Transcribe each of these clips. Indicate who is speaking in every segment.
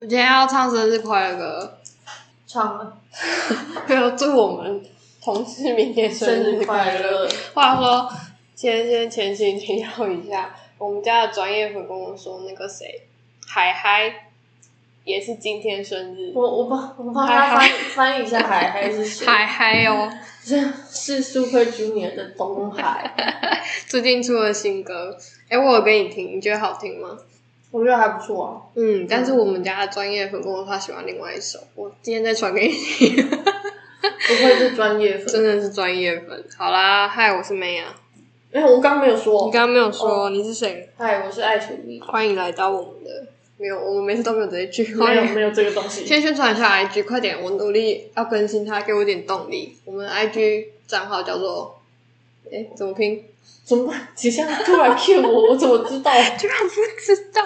Speaker 1: 今天要唱生日快乐歌，
Speaker 2: 唱了
Speaker 1: 还有祝我们同事明天生日快乐。
Speaker 2: 乐，
Speaker 1: 话说，先先前情提要一下，我们家的专业粉跟我说，那个谁，海海也是今天生日，
Speaker 2: 我我帮 我帮他翻译翻译一下海海是谁？
Speaker 1: 海海哦，
Speaker 2: 是是 Super Junior 的东海，
Speaker 1: 最近出了新歌，哎、我有给你听，你觉得好听吗？
Speaker 2: 我觉得还不错啊。
Speaker 1: 嗯，但是我们家的专业粉跟我说他喜欢另外一首，我今天再传给你，
Speaker 2: 不愧是专业粉，
Speaker 1: 真的是专业粉。好啦，嗨，我是梅雅，
Speaker 2: 哎、我刚没有
Speaker 1: 你
Speaker 2: 说，
Speaker 1: 刚刚没有说你是谁，
Speaker 2: 嗨，我是爱厨艺，
Speaker 1: 欢迎来到我们的，没有，我们每次都没有这一句，欢
Speaker 2: 没
Speaker 1: 迎
Speaker 2: 有没有这个东西，
Speaker 1: 先宣传一下 IG，快点，我努力要更新它，给我一点动力。我们 IG 账号叫做，哎、怎么拼？
Speaker 2: 怎么办？你现在突然 Q 我，我怎么 知道？
Speaker 1: 居然不知道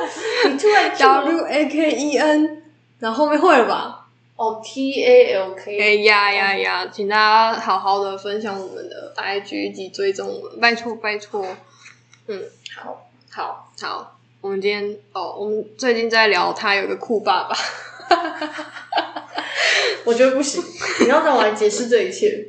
Speaker 2: 你突然 Q
Speaker 1: W A K E N，然后后面会了吧？
Speaker 2: 哦，T A L K，
Speaker 1: 哎呀呀呀！请大家好好的分享我们的 IG 及追踪我们，拜托拜托。嗯，好，好，好。我们今天哦，我们最近在聊他有个酷爸 爸，
Speaker 2: 我觉得不行，你要让我来解释这一切。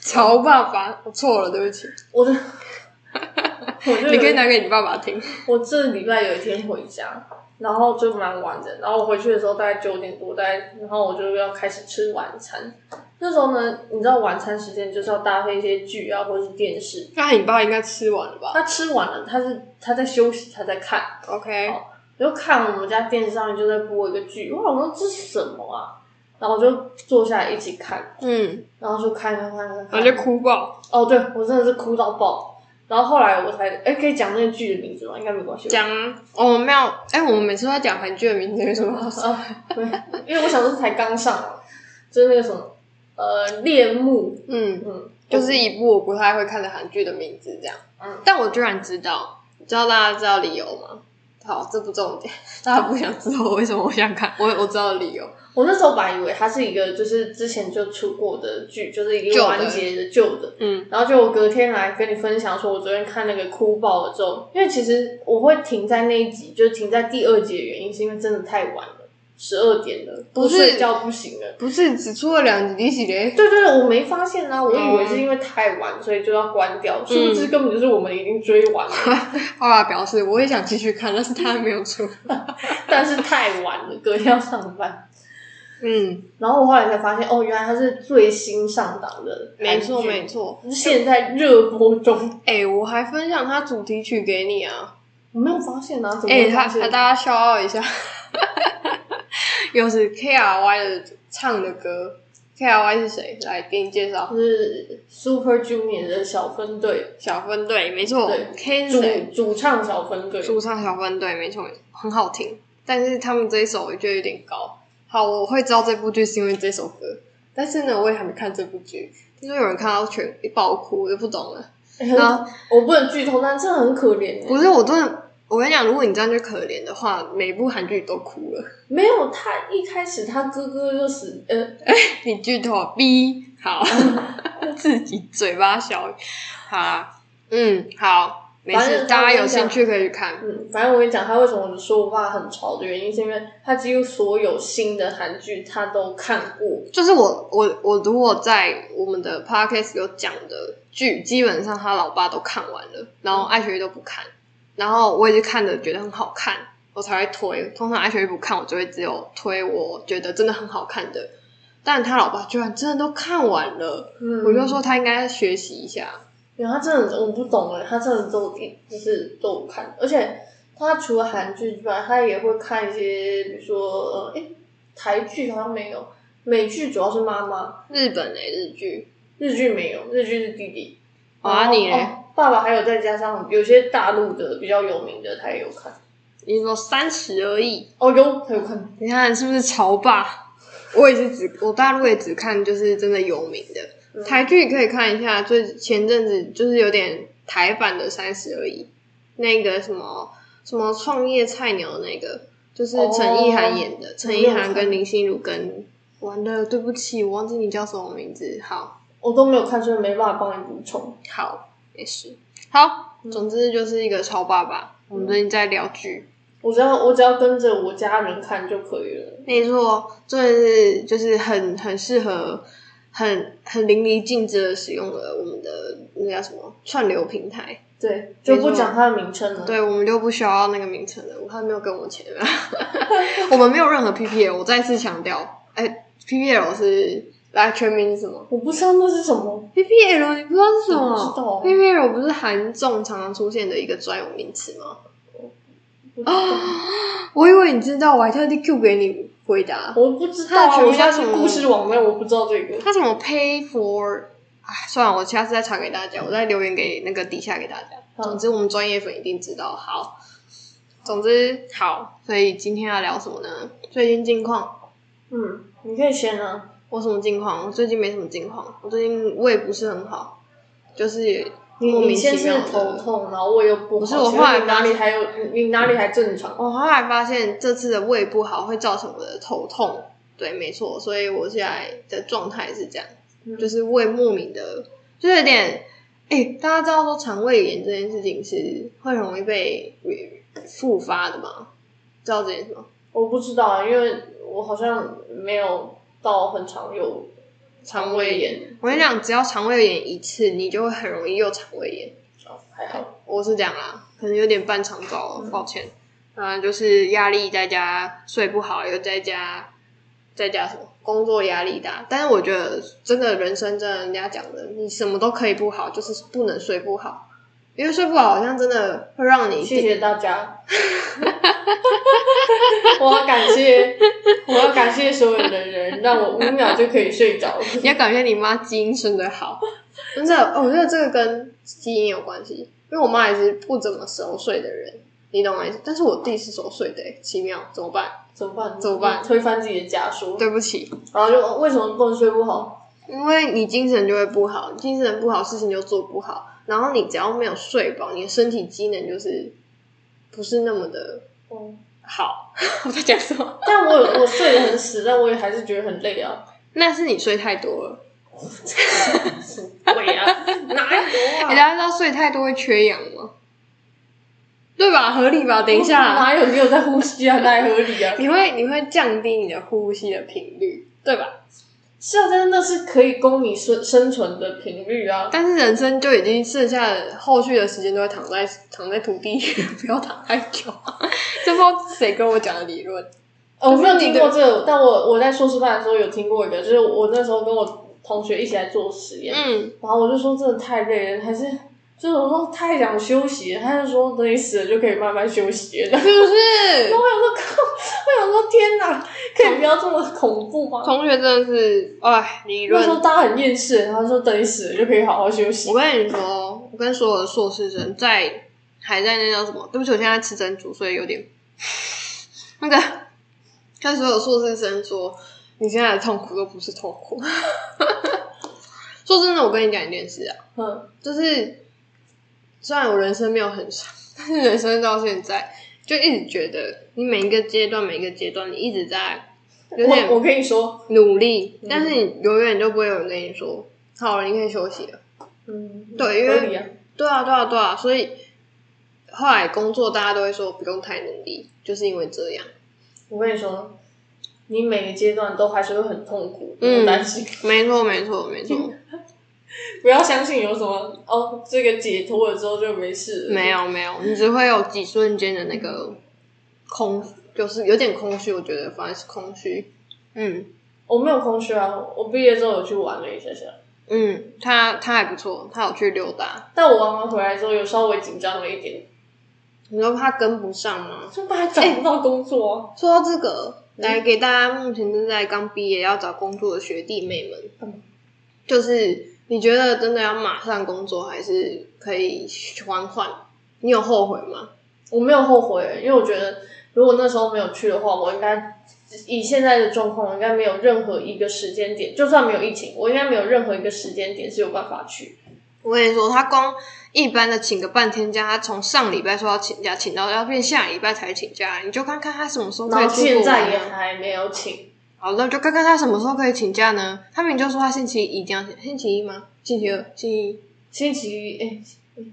Speaker 1: 乔爸爸，我错了，对不起。
Speaker 2: 我的， 我就
Speaker 1: 你可以拿给你爸爸听。
Speaker 2: 我这礼拜有一天回家，然后就蛮晚的，然后我回去的时候大概九点多，大概然后我就要开始吃晚餐。那时候呢，你知道晚餐时间就是要搭配一些剧啊，或者是电视。
Speaker 1: 那你爸应该吃完了吧
Speaker 2: 他吃完了，他是他在休息，他在看，
Speaker 1: ？OK，
Speaker 2: 好我就看我们家电视上面就在播一个剧，我想说这是什么啊？然后我就坐下来一起看，
Speaker 1: 嗯，
Speaker 2: 然后就看看看看看，
Speaker 1: 然后就哭爆，
Speaker 2: 哦，对我真的是哭到爆。然后后来我才，哎，可以讲那个剧的名字吗？应该没关系吧。
Speaker 1: 讲哦没有，哎、我们每次都在讲韩剧的名字，有什么好说？
Speaker 2: 啊，对， 因为我小时候才刚上嘛，就是那个什么，呃，恋慕，
Speaker 1: 嗯，
Speaker 2: 嗯，
Speaker 1: 就是一部我不太会看的韩剧的名字这样，
Speaker 2: 嗯
Speaker 1: 但我居然知道，你知道大家知道理由吗？好，这不重点， 大家不想知道我为什么我想看，我我知道理由，
Speaker 2: 我那时候本来以为它是一个就是之前就出过的剧，就是已经
Speaker 1: 旧的
Speaker 2: 完结的旧的，
Speaker 1: 嗯
Speaker 2: 然后就我隔天来跟你分享说，我昨天看那个哭爆了之后，因为其实我会停在那一集，就是停在第二集的原因是因为真的太晚了，十二点了，
Speaker 1: 不
Speaker 2: 不
Speaker 1: 是
Speaker 2: 睡觉不行了。
Speaker 1: 不是只出了两集第几集？
Speaker 2: 对对对，我没发现啊，我以为是因为太晚，所以就要关
Speaker 1: 嗯
Speaker 2: 掉，殊不知根本就是我们已经追完了。
Speaker 1: 爸爸表示我也想继续看，但是他还没有出，
Speaker 2: 但是太晚了，隔天要上班。
Speaker 1: 嗯，
Speaker 2: 然后我后来才发现，哦，原来它是最新上档的韩
Speaker 1: 没
Speaker 2: 剧，
Speaker 1: 错没错，
Speaker 2: 现在热播中。
Speaker 1: 哎、我还分享他主题曲给你啊，
Speaker 2: 我没有发现啊，怎么
Speaker 1: 哎、
Speaker 2: 会
Speaker 1: 他
Speaker 2: 发
Speaker 1: 他
Speaker 2: 现？
Speaker 1: 大家笑傲一 下，又是 K R Y 的唱的歌，K R Y 是谁？来给你介绍。
Speaker 2: 就是 Super Junior 的小分队
Speaker 1: 小分队，没错
Speaker 2: 对
Speaker 1: ，K 是
Speaker 2: 主
Speaker 1: 谁？
Speaker 2: 主唱小分队，
Speaker 1: 主唱小分队，没错，很好听。但是他们这一首我觉得有点高。好，我会知道这部剧是因为这首歌，但是呢，我也还没看这部剧。听说有人看到全爆哭，我就不懂了。然后
Speaker 2: 我不能剧透，但真的很可怜欸。
Speaker 1: 不是，我真的，我跟你讲，如果你这样就可怜的话，每部韩剧都哭了。
Speaker 2: 没有他一开始他哥哥就死，呃，
Speaker 1: 你剧透逼好，
Speaker 2: 嗯
Speaker 1: 自己嘴巴小，好啦，嗯，好，没
Speaker 2: 反
Speaker 1: 事，
Speaker 2: 正
Speaker 1: 大家有
Speaker 2: 我跟你讲
Speaker 1: 兴趣可以去看。
Speaker 2: 嗯，反正我跟你讲，他为什么我说我爸很潮的原因，是因为他几乎所有新的韩剧他都看过，
Speaker 1: 就是我我我如果在我们的 podcast 有讲的剧，基本上他老爸都看完了，然后爱学都不看，然后我也是看的觉得很好看，我才会推。通常爱学不看，我就会只有推我觉得真的很好看的。但他老爸居然真的都看完了，
Speaker 2: 嗯
Speaker 1: 我就说他应该学习一下。
Speaker 2: 对，他真的我不懂哎，他真的都一就是都有看，而且他除了韩剧之外，他也会看一些，比如说呃，诶、台剧好像没有，美剧主要是妈妈，
Speaker 1: 日本诶、日剧，
Speaker 2: 日剧没有，日剧是弟弟。
Speaker 1: 哦啊
Speaker 2: 然后
Speaker 1: 你嘞
Speaker 2: 哦爸爸还有再加上有些大陆的比较有名的，他也有看。
Speaker 1: 你说三十而已，
Speaker 2: 哦，有他有看，
Speaker 1: 你看是不是潮爸？ 我也是只我大陆也只看就是真的有名的
Speaker 2: 嗯
Speaker 1: 台剧，可以看一下。最前阵子就是有点台版的《三十而已》，那个什么什么创业菜鸟那个，就是陈意涵演的，陈意涵跟林心如跟。完了，对不起，我忘记你叫什么名字。好，
Speaker 2: 我都没有看，所以没办法帮你补充。
Speaker 1: 嗯好，没事，好。总之就是一个潮爸爸。我们最近在聊剧，
Speaker 2: 我只要我只要跟着我家人看就可以了。
Speaker 1: 没错，真的是就是很很适合、很很淋漓尽致的使用了我们的那叫什么串流平台。
Speaker 2: 对，就不
Speaker 1: 没错
Speaker 2: 讲它的名称了。
Speaker 1: 对，我们就不需要那个名称了。我还没有跟我钱啊， 我们没有任何 PPL。我再次强调，哎、p p l 是来全名是什么
Speaker 2: 我不知道那是什 么。
Speaker 1: ？PPL 你不知道是什么？
Speaker 2: 我不知道啊
Speaker 1: PPL 不是韩综常常出现的一个专有名词吗？
Speaker 2: 不知道
Speaker 1: 我以为你知道，我还特地 Q 给你回答。
Speaker 2: 我不知道
Speaker 1: 它
Speaker 2: 啊，
Speaker 1: 的全
Speaker 2: 我
Speaker 1: 名叫
Speaker 2: 家
Speaker 1: 什么
Speaker 2: 是故事网站，我不知道这个。
Speaker 1: 他什么 pay for？哎，算了，我下次再传给大家，我再留言给那个底下给大家。
Speaker 2: 好
Speaker 1: 总之，我们专业粉一定知道。好，总之好，所以今天要聊什么呢？最近近况，
Speaker 2: 嗯，你可以先啊。
Speaker 1: 我什么近况？我最近没什么近况，我最近胃不是很好，就是
Speaker 2: 你
Speaker 1: 莫
Speaker 2: 你
Speaker 1: 名
Speaker 2: 先
Speaker 1: 其
Speaker 2: 是
Speaker 1: 妙
Speaker 2: 头
Speaker 1: 的。
Speaker 2: 痛，然后胃又不好，
Speaker 1: 不是我
Speaker 2: 请
Speaker 1: 后来
Speaker 2: 问你哪里还有你你哪里还正常？
Speaker 1: 我后来发现这次的胃不好会造成我的头痛，对，没错，所以我现在的状态是这样。
Speaker 2: 嗯
Speaker 1: 就是是胃莫名的，就是有点，哎、大家知道说肠胃炎这件事情是会容易被复发的吗？知道这件事吗？
Speaker 2: 我不知道啊，因为我好像没有到很常有肠胃炎，
Speaker 1: 我跟你讲，只要肠胃炎一次，你就会很容易又肠胃炎。
Speaker 2: 还好。
Speaker 1: 我是这样啦，可能有点半长高了，抱歉。啊、就是压力在家睡不好，又在家在家什么工作压力大。但是我觉得真的人生真的人家讲的，你什么都可以不好，就是不能睡不好，因为睡不好好像真的会让你
Speaker 2: 谢谢大 家，我要感谢，我要感谢所有的人，让我五秒就可以睡着了。
Speaker 1: 你要感谢你妈基因生的好，真的，哦我觉得这个跟基因有关系，因为我妈也是不怎么熟睡的人，你懂我意思？但是我弟是熟睡的、奇妙，怎么办？
Speaker 2: 怎么办？
Speaker 1: 怎么办
Speaker 2: 推翻自己的假说，
Speaker 1: 对不起，
Speaker 2: 然后就为什么不能睡不好？
Speaker 1: 因为你精神就会不好，精神不好，事情就做不好，然后你只要没有睡饱，你的身体机能就是不是那么的
Speaker 2: 哦，
Speaker 1: 好。 我在讲什么？
Speaker 2: 但我有我睡得很死，但我也还是觉得很累啊。
Speaker 1: 那是你睡太多了。
Speaker 2: 对啊，哪有
Speaker 1: 哎、
Speaker 2: 啊？
Speaker 1: 大家知道睡太多会缺氧吗？对吧？合理吧？等一下，
Speaker 2: 哪有你有在呼吸啊？哪合理 啊？
Speaker 1: 你会你会降低你的呼吸的频率，对吧？
Speaker 2: 是啊，但是那是可以供你生生存的频率啊。
Speaker 1: 但是人生就已经剩下的后续的时间都会躺在躺在土地， 不要躺太久。 这不知道谁跟我讲的理论。
Speaker 2: 呃，我没有
Speaker 1: 就是
Speaker 2: 听
Speaker 1: 你的
Speaker 2: 过这个，但我我在硕士班的时候有听过一个，就是我那时候跟我同学一起来做实验，
Speaker 1: 嗯，
Speaker 2: 然后我就说真的太累了，还是就是我说太想休息了，他就说等你死了就可以慢慢休息了。
Speaker 1: 是不是
Speaker 2: 然？后我想说，靠我想说天哪，可以不要这么恐怖吗？
Speaker 1: 同学真的是，哎，理
Speaker 2: 那
Speaker 1: 论
Speaker 2: 时。候大家很厌世，然后说等你死了就可以好好休息
Speaker 1: 我。跟你说，我跟所有的硕士生在还在那叫什么？对不起，我现在在吃珍珠，所以有点那个。跟所有硕士生说，你现在的痛苦都不是痛苦。 说真的，我跟你讲一件事啊，
Speaker 2: 嗯，
Speaker 1: 就是虽然我人生没有很长，但是人生到现在就一直觉得，你每一个阶段，每一个阶段，你一直在有点
Speaker 2: 我我跟你说，
Speaker 1: 努力，但是你永远就不会有人跟你说，好了，你可以休息了。
Speaker 2: 嗯，
Speaker 1: 对因
Speaker 2: 合
Speaker 1: 为
Speaker 2: 理啊，
Speaker 1: 对啊，对啊，对啊，所以后来工作大家都会说不用太努力，就是因为这样。
Speaker 2: 我跟你说，你每个阶段都还是会很痛苦，不
Speaker 1: 嗯
Speaker 2: 用担心。
Speaker 1: 没错，没错，没错，
Speaker 2: 不要相信有什么哦，这个解脱了之后就没事了。
Speaker 1: 没有没有，你只会有几瞬间的那个空，就是有点空虚。我觉得反而是空虚。嗯
Speaker 2: 我没有空虚啊，我毕业之后有去玩了一下下，
Speaker 1: 嗯，他他还不错，他有去溜达。
Speaker 2: 但我玩完回来之后有稍微紧张了一点，
Speaker 1: 你说他跟不上吗？
Speaker 2: 就怕
Speaker 1: 哎
Speaker 2: 找不到工作、啊。
Speaker 1: 说到这个，
Speaker 2: 嗯
Speaker 1: 来给大家目前正在刚毕业要找工作的学弟妹们，
Speaker 2: 嗯
Speaker 1: 就是你觉得真的要马上工作，还是可以缓缓？你有后悔吗？
Speaker 2: 我没有后悔，因为我觉得如果那时候没有去的话，我应该以现在的状况，我应该没有任何一个时间点，就算没有疫情，我应该没有任何一个时间点是有办法去。
Speaker 1: 我跟你说，他光一般的请个半天假，他从上礼拜说要请假，请到要变下礼拜才请假，你就看看他什么时候可
Speaker 2: 然
Speaker 1: 以
Speaker 2: 后
Speaker 1: 出国
Speaker 2: 现在也
Speaker 1: 玩啊
Speaker 2: 还没有请，
Speaker 1: 好，那就看看他什么时候可以请假呢？他明明就说他星期一这样请，星期一吗？星期二、星期一、
Speaker 2: 星期一，哎、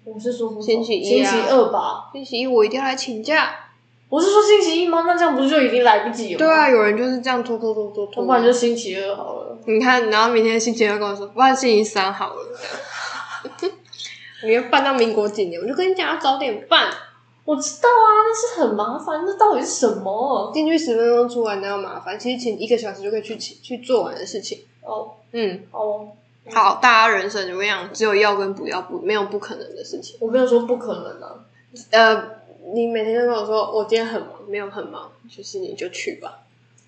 Speaker 2: 我是说不
Speaker 1: 星期一
Speaker 2: 星
Speaker 1: 啊
Speaker 2: 期二吧，
Speaker 1: 星期一我一定要来请假。
Speaker 2: 我是说星期一吗？那这样不是就已经来不及了吗？
Speaker 1: 对啊，有人就是这样拖拖拖拖
Speaker 2: 我
Speaker 1: 拖。
Speaker 2: 不然就星期二好了。
Speaker 1: 你看，然后明天星期二跟我说，不然星期三好啊了。 你要办到民国几年？我就跟你讲，要早点办，
Speaker 2: 我知道啊，那是很麻烦，那到底是什么？
Speaker 1: 进去十分钟，出来哪有麻烦？其实请一个小时就可以去请去做完的事情。
Speaker 2: 哦
Speaker 1: 嗯，
Speaker 2: 哦，
Speaker 1: 好，大家人生就这样，只有要跟不要不，没有不可能的事情。
Speaker 2: 我没有说不可能啊。
Speaker 1: 呃，你每天都跟我说我今天很忙，没有很忙，就是你就去吧。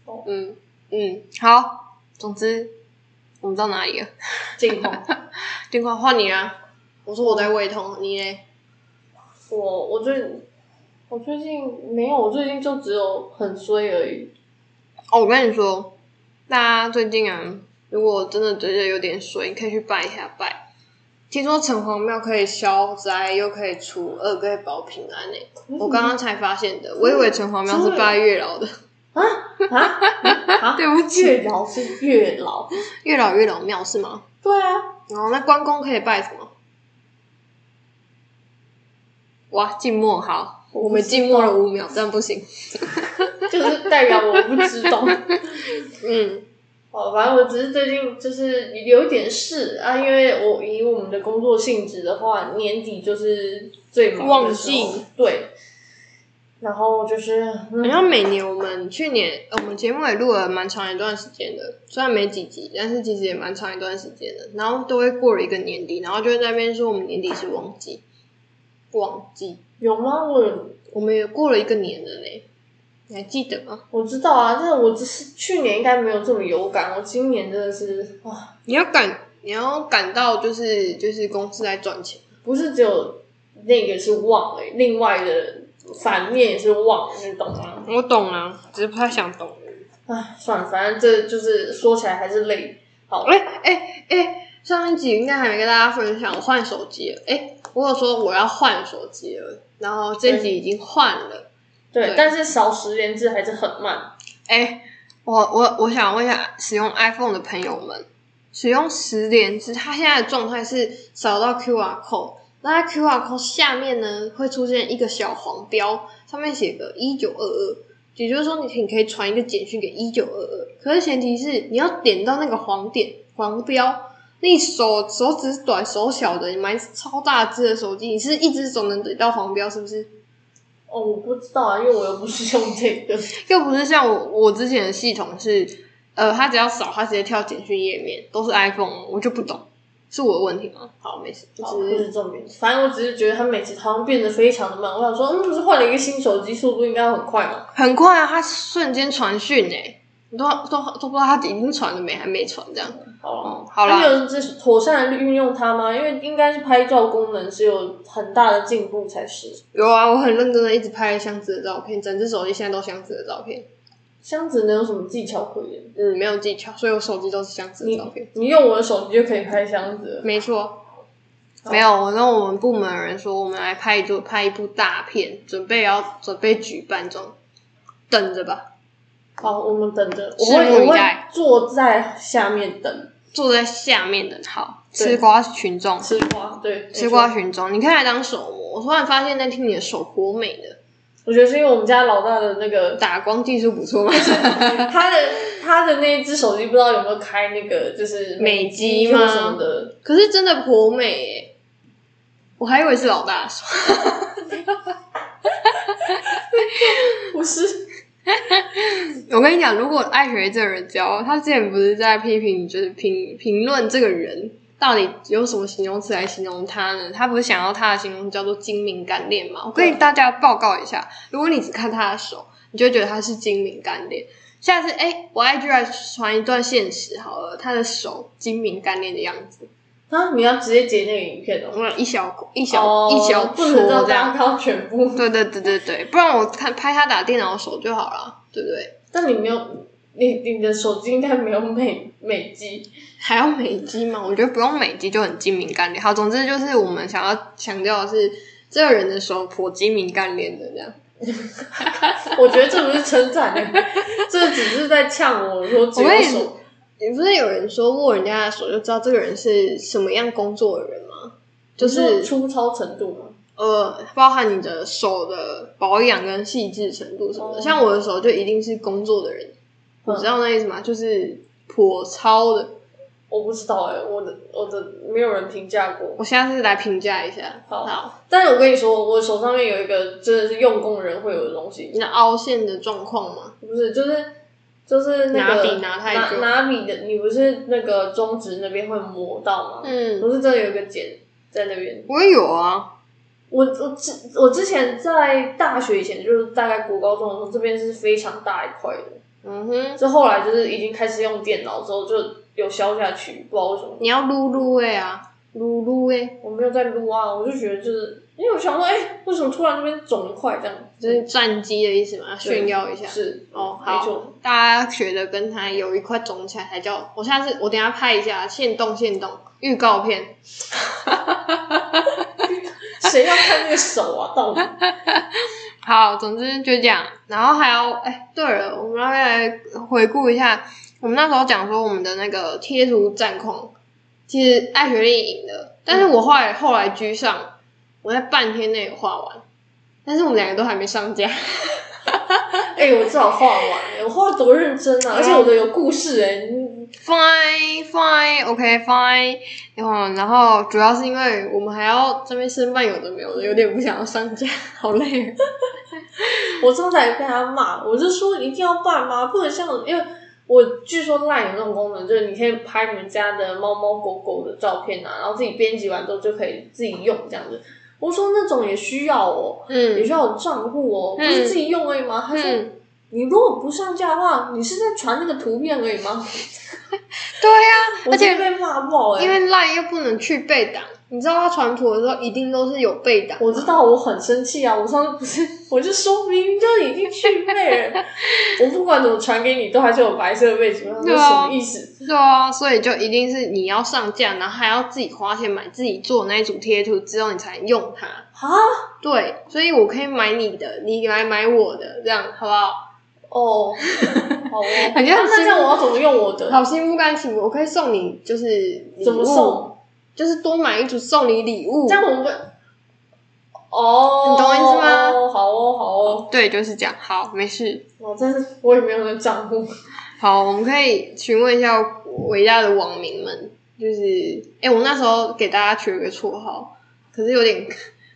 Speaker 2: 哦
Speaker 1: 嗯嗯，好，总之我们到哪里了？
Speaker 2: 进攻，
Speaker 1: 电话换你啊！我说我在胃痛，你嘞？
Speaker 2: 我我最我最近没有，我最近就只有很衰而已。
Speaker 1: 哦，我跟你说，大家最近啊，如果真的觉得有点水，你可以去拜一下拜。听说城隍庙可以消灾，又可以除恶，可以保平安呢、我刚刚才发现的，我以为城隍庙是拜月老的，哦
Speaker 2: 啊啊，
Speaker 1: 对不起
Speaker 2: 月老是月老，
Speaker 1: 月老月老庙是吗？
Speaker 2: 对啊，
Speaker 1: 然后那关公可以拜什么？哇，静默好，我们静默了五秒，这样不行。
Speaker 2: 就是代表我不知道。
Speaker 1: 嗯，
Speaker 2: 哦，反正我只是最近就是有一点事啊，因为我以我们的工作性质的话，年底就是最忙的
Speaker 1: 旺
Speaker 2: 时候
Speaker 1: 季哎
Speaker 2: 对。然后就是，
Speaker 1: 好
Speaker 2: 嗯，
Speaker 1: 像每年我们去年呃我们节目也录了蛮长一段时间的，虽然没几集，但是其实也蛮长一段时间的。然后都会过了一个年底，然后就会在那边说我们年底是旺季，旺季，
Speaker 2: 有吗？我有
Speaker 1: 我们也过了一个年了呢，你还记得吗？
Speaker 2: 我知道啊，但是我只是去年应该没有这么有感，我今年真的是啊哇，
Speaker 1: 你要感你要感到就是就是公司在赚钱，
Speaker 2: 不是只有那个是忘了、另外的反面也是忘了，你懂吗？
Speaker 1: 我懂啊，只是不太想懂而已。
Speaker 2: 唉，算了，反正这就是说起来还是累。好，
Speaker 1: 哎哎哎，上一集应该还没跟大家分享，我换手机了。哎、我有说我要换手机了，然后这一集已经换了。
Speaker 2: 对，
Speaker 1: 对
Speaker 2: 但是少十连制还是很慢。
Speaker 1: 哎、我我我想问一下，使用 iPhone 的朋友们，使用十连制，它现在的状态是扫到 QR code，那它 QR code 下面呢会出现一个小黄标，上面写个一九二二。也就是说，你你可以传一个简讯给一九二二，可是前提是你要点到那个黄点黄标。你手手指是短手小的，你买超大只的手机，你是一只手能怼到黄标，是不是？
Speaker 2: 哦，我不知道啊，因为我又不是用这个。
Speaker 1: 又不是像我我之前的系统是，呃，他只要扫，他直接跳简讯页面，都是 iPhone，我就不懂，是我的问题吗？好，没事，就
Speaker 2: 好，嗯不
Speaker 1: 是
Speaker 2: 是重点，反正我只是觉得它每次好像变得非常的慢。我想说，嗯，不是换了一个新手机，速度应该很快嘛？
Speaker 1: 很快啊，他瞬间传讯哎，你都都都不知道他已经传了没，还没传这样。
Speaker 2: 好啦
Speaker 1: 哦，好
Speaker 2: 那
Speaker 1: 啦，
Speaker 2: 有这是妥善的运用它吗？因为应该是拍照功能是有很大的进步才是。
Speaker 1: 有啊，我很认真的一直拍箱子的照片，整只手机现在都箱子的照片，
Speaker 2: 箱子能有什么技巧可言？
Speaker 1: 嗯，没有技巧，所以我手机都是箱子的照片。
Speaker 2: 你用我的手机就可以拍箱子了。
Speaker 1: 没错，
Speaker 2: 好
Speaker 1: 没有。我跟我们部门的人说，我们来拍一部拍一部大片，准备要准备举办中，等着吧，
Speaker 2: 好，我们等着，我
Speaker 1: 拭目
Speaker 2: 会
Speaker 1: 以
Speaker 2: 我会
Speaker 1: 待
Speaker 2: 坐在下面等
Speaker 1: 坐在下面等好，
Speaker 2: 对
Speaker 1: 吃瓜群众，
Speaker 2: 吃瓜。对，没
Speaker 1: 吃
Speaker 2: 错
Speaker 1: 瓜。群众，你可以来当手模。我突然发现那天你的手活美的，
Speaker 2: 我觉得是因为我们家老大的那个
Speaker 1: 打光技术不错 嘛。
Speaker 2: 他的他的那一只手机不知道有没有开那个就是
Speaker 1: 美机
Speaker 2: 或
Speaker 1: 吗
Speaker 2: 什么的，
Speaker 1: 可是真的活美耶、我还以为是老大手。
Speaker 2: 不是
Speaker 1: 我跟你讲，如果爱学这个人教，他之前不是在批评，就是评评论这个人到底有什么形容词来形容他呢？他不是想要他的形容词叫做精明干练吗？我跟你
Speaker 2: 对
Speaker 1: 大家报告一下，如果你只看他的手，你就会觉得他是精明干练。下次，哎、我 IG 来传一段现实好了，他的手精明干练的样子，
Speaker 2: 啊？你要直接截那个影片哦。
Speaker 1: 我一小一小、
Speaker 2: 哦
Speaker 1: 一小
Speaker 2: 不能让
Speaker 1: 撮这
Speaker 2: 大家
Speaker 1: 样。
Speaker 2: 看到全部。
Speaker 1: 对对对对对，不然我看拍他打电脑手就好了，对不对？
Speaker 2: 但你没有，你你的手机应该没有美美肌，
Speaker 1: 还要美肌吗？我觉得不用美肌就很精明干练。好，总之就是我们想要强调的是，这个人的手颇精明干练的这样。
Speaker 2: 我觉得这不是称赞、欸，这只是在呛我说只
Speaker 1: 我
Speaker 2: 有
Speaker 1: 跟你
Speaker 2: 手。
Speaker 1: 也不是有人说握人家的手就知道这个人是什么样工作的人吗？就
Speaker 2: 你说
Speaker 1: 是
Speaker 2: 粗糙程度嘛，
Speaker 1: 呃，包含你的手的保养跟细致程度什么的。
Speaker 2: 哦
Speaker 1: 像我的手就一定是工作的人，
Speaker 2: 嗯
Speaker 1: 你知道那意思吗？就是颇糙的。
Speaker 2: 我不知道哎、我的我的没有人评价过。
Speaker 1: 我下次来评价一下。
Speaker 2: 好
Speaker 1: 好，
Speaker 2: 但是我跟你说，我手上面有一个真的是用工人会有的东西
Speaker 1: 你，的凹陷的状况吗？
Speaker 2: 不是就是就是那
Speaker 1: 拿
Speaker 2: 个
Speaker 1: 笔拿太久
Speaker 2: 拿拿笔的，你不是那个中指那边会磨到吗？
Speaker 1: 嗯，
Speaker 2: 不是真的有一个茧在那边。
Speaker 1: 我也有啊。
Speaker 2: 我我之我之前在大学以前，就是大概国高中的时候，这边是非常大一块的。
Speaker 1: 嗯哼，
Speaker 2: 就后来就是已经开始用电脑之后，就有消下去，不知道为什么。
Speaker 1: 你要撸撸哎啊，撸撸哎，
Speaker 2: 我没有在撸啊，我就觉得就是，因为我想说，哎、为什么突然这边肿一块这样？
Speaker 1: 就是战机的意思嘛，炫耀一下。
Speaker 2: 是
Speaker 1: 哦好
Speaker 2: 没错，
Speaker 1: 大家学的跟他有一块肿起来才叫。我下次我等一下拍一下，现动现动预告片。
Speaker 2: 谁要看那个手啊？到底
Speaker 1: 好，总之就这样。然后还要，哎，对了，我们要来回顾一下，我们那时候讲说我们的那个贴图战况，其实艾学丽赢了，但是我后来后来居上，我在半天内有画完，但是我们两个都还没上架。
Speaker 2: 哎、我至少画完、了，我画得多认真啊！而且我的有故事哎、你
Speaker 1: Fine, fine, OK, fine。然后，然后主要是因为我们还要这边申办有的没有的，有点不想要上架，好累啊。
Speaker 2: 我上次还被他骂，我就说一定要办吗？不能像因为。我据说 LINE 有那种功能，就是你可以拍你们家的猫猫狗狗的照片啊，然后自己编辑完之后就可以自己用这样子。我说那种也需要哦，也
Speaker 1: 嗯，
Speaker 2: 需要有账户哦，不是自己用而已吗？他说、
Speaker 1: 嗯
Speaker 2: 你如果不上架的话，你是在传那个图片而已吗？
Speaker 1: 对呀、
Speaker 2: 我
Speaker 1: 而且
Speaker 2: 真的被骂爆哎、
Speaker 1: 因为赖又不能去背档，你知道他传图的时候一定都是有背档。
Speaker 2: 我知道我很生气啊！我上次不是，我就说明明就已经去背了，我不管怎么传给你，都还是有白色的背景，我想说
Speaker 1: 对啊
Speaker 2: 什么意思？
Speaker 1: 对啊，所以就一定是你要上架，然后还要自己花钱买自己做那一组贴图之后，你才能用它。
Speaker 2: 啊？
Speaker 1: 对，所以我可以买你的，你来买我的，这样好不好？
Speaker 2: 哦，好哦，
Speaker 1: 感觉
Speaker 2: 那
Speaker 1: 很
Speaker 2: 那
Speaker 1: 心
Speaker 2: 这样我要怎么用我的？
Speaker 1: 好心不甘情不，我可以送你，就是礼
Speaker 2: 怎么
Speaker 1: 物
Speaker 2: 送？
Speaker 1: 就是多买一组送你礼物，
Speaker 2: 这样我们哦，
Speaker 1: 你懂我意思吗
Speaker 2: 哦好哦，好哦，
Speaker 1: 对，就是这样。好，没事。
Speaker 2: 我真是我也没有那个账户。
Speaker 1: 好，我们可以询问一下伟大的网民们，就是，哎、我那时候给大家取了个绰号，可是有点，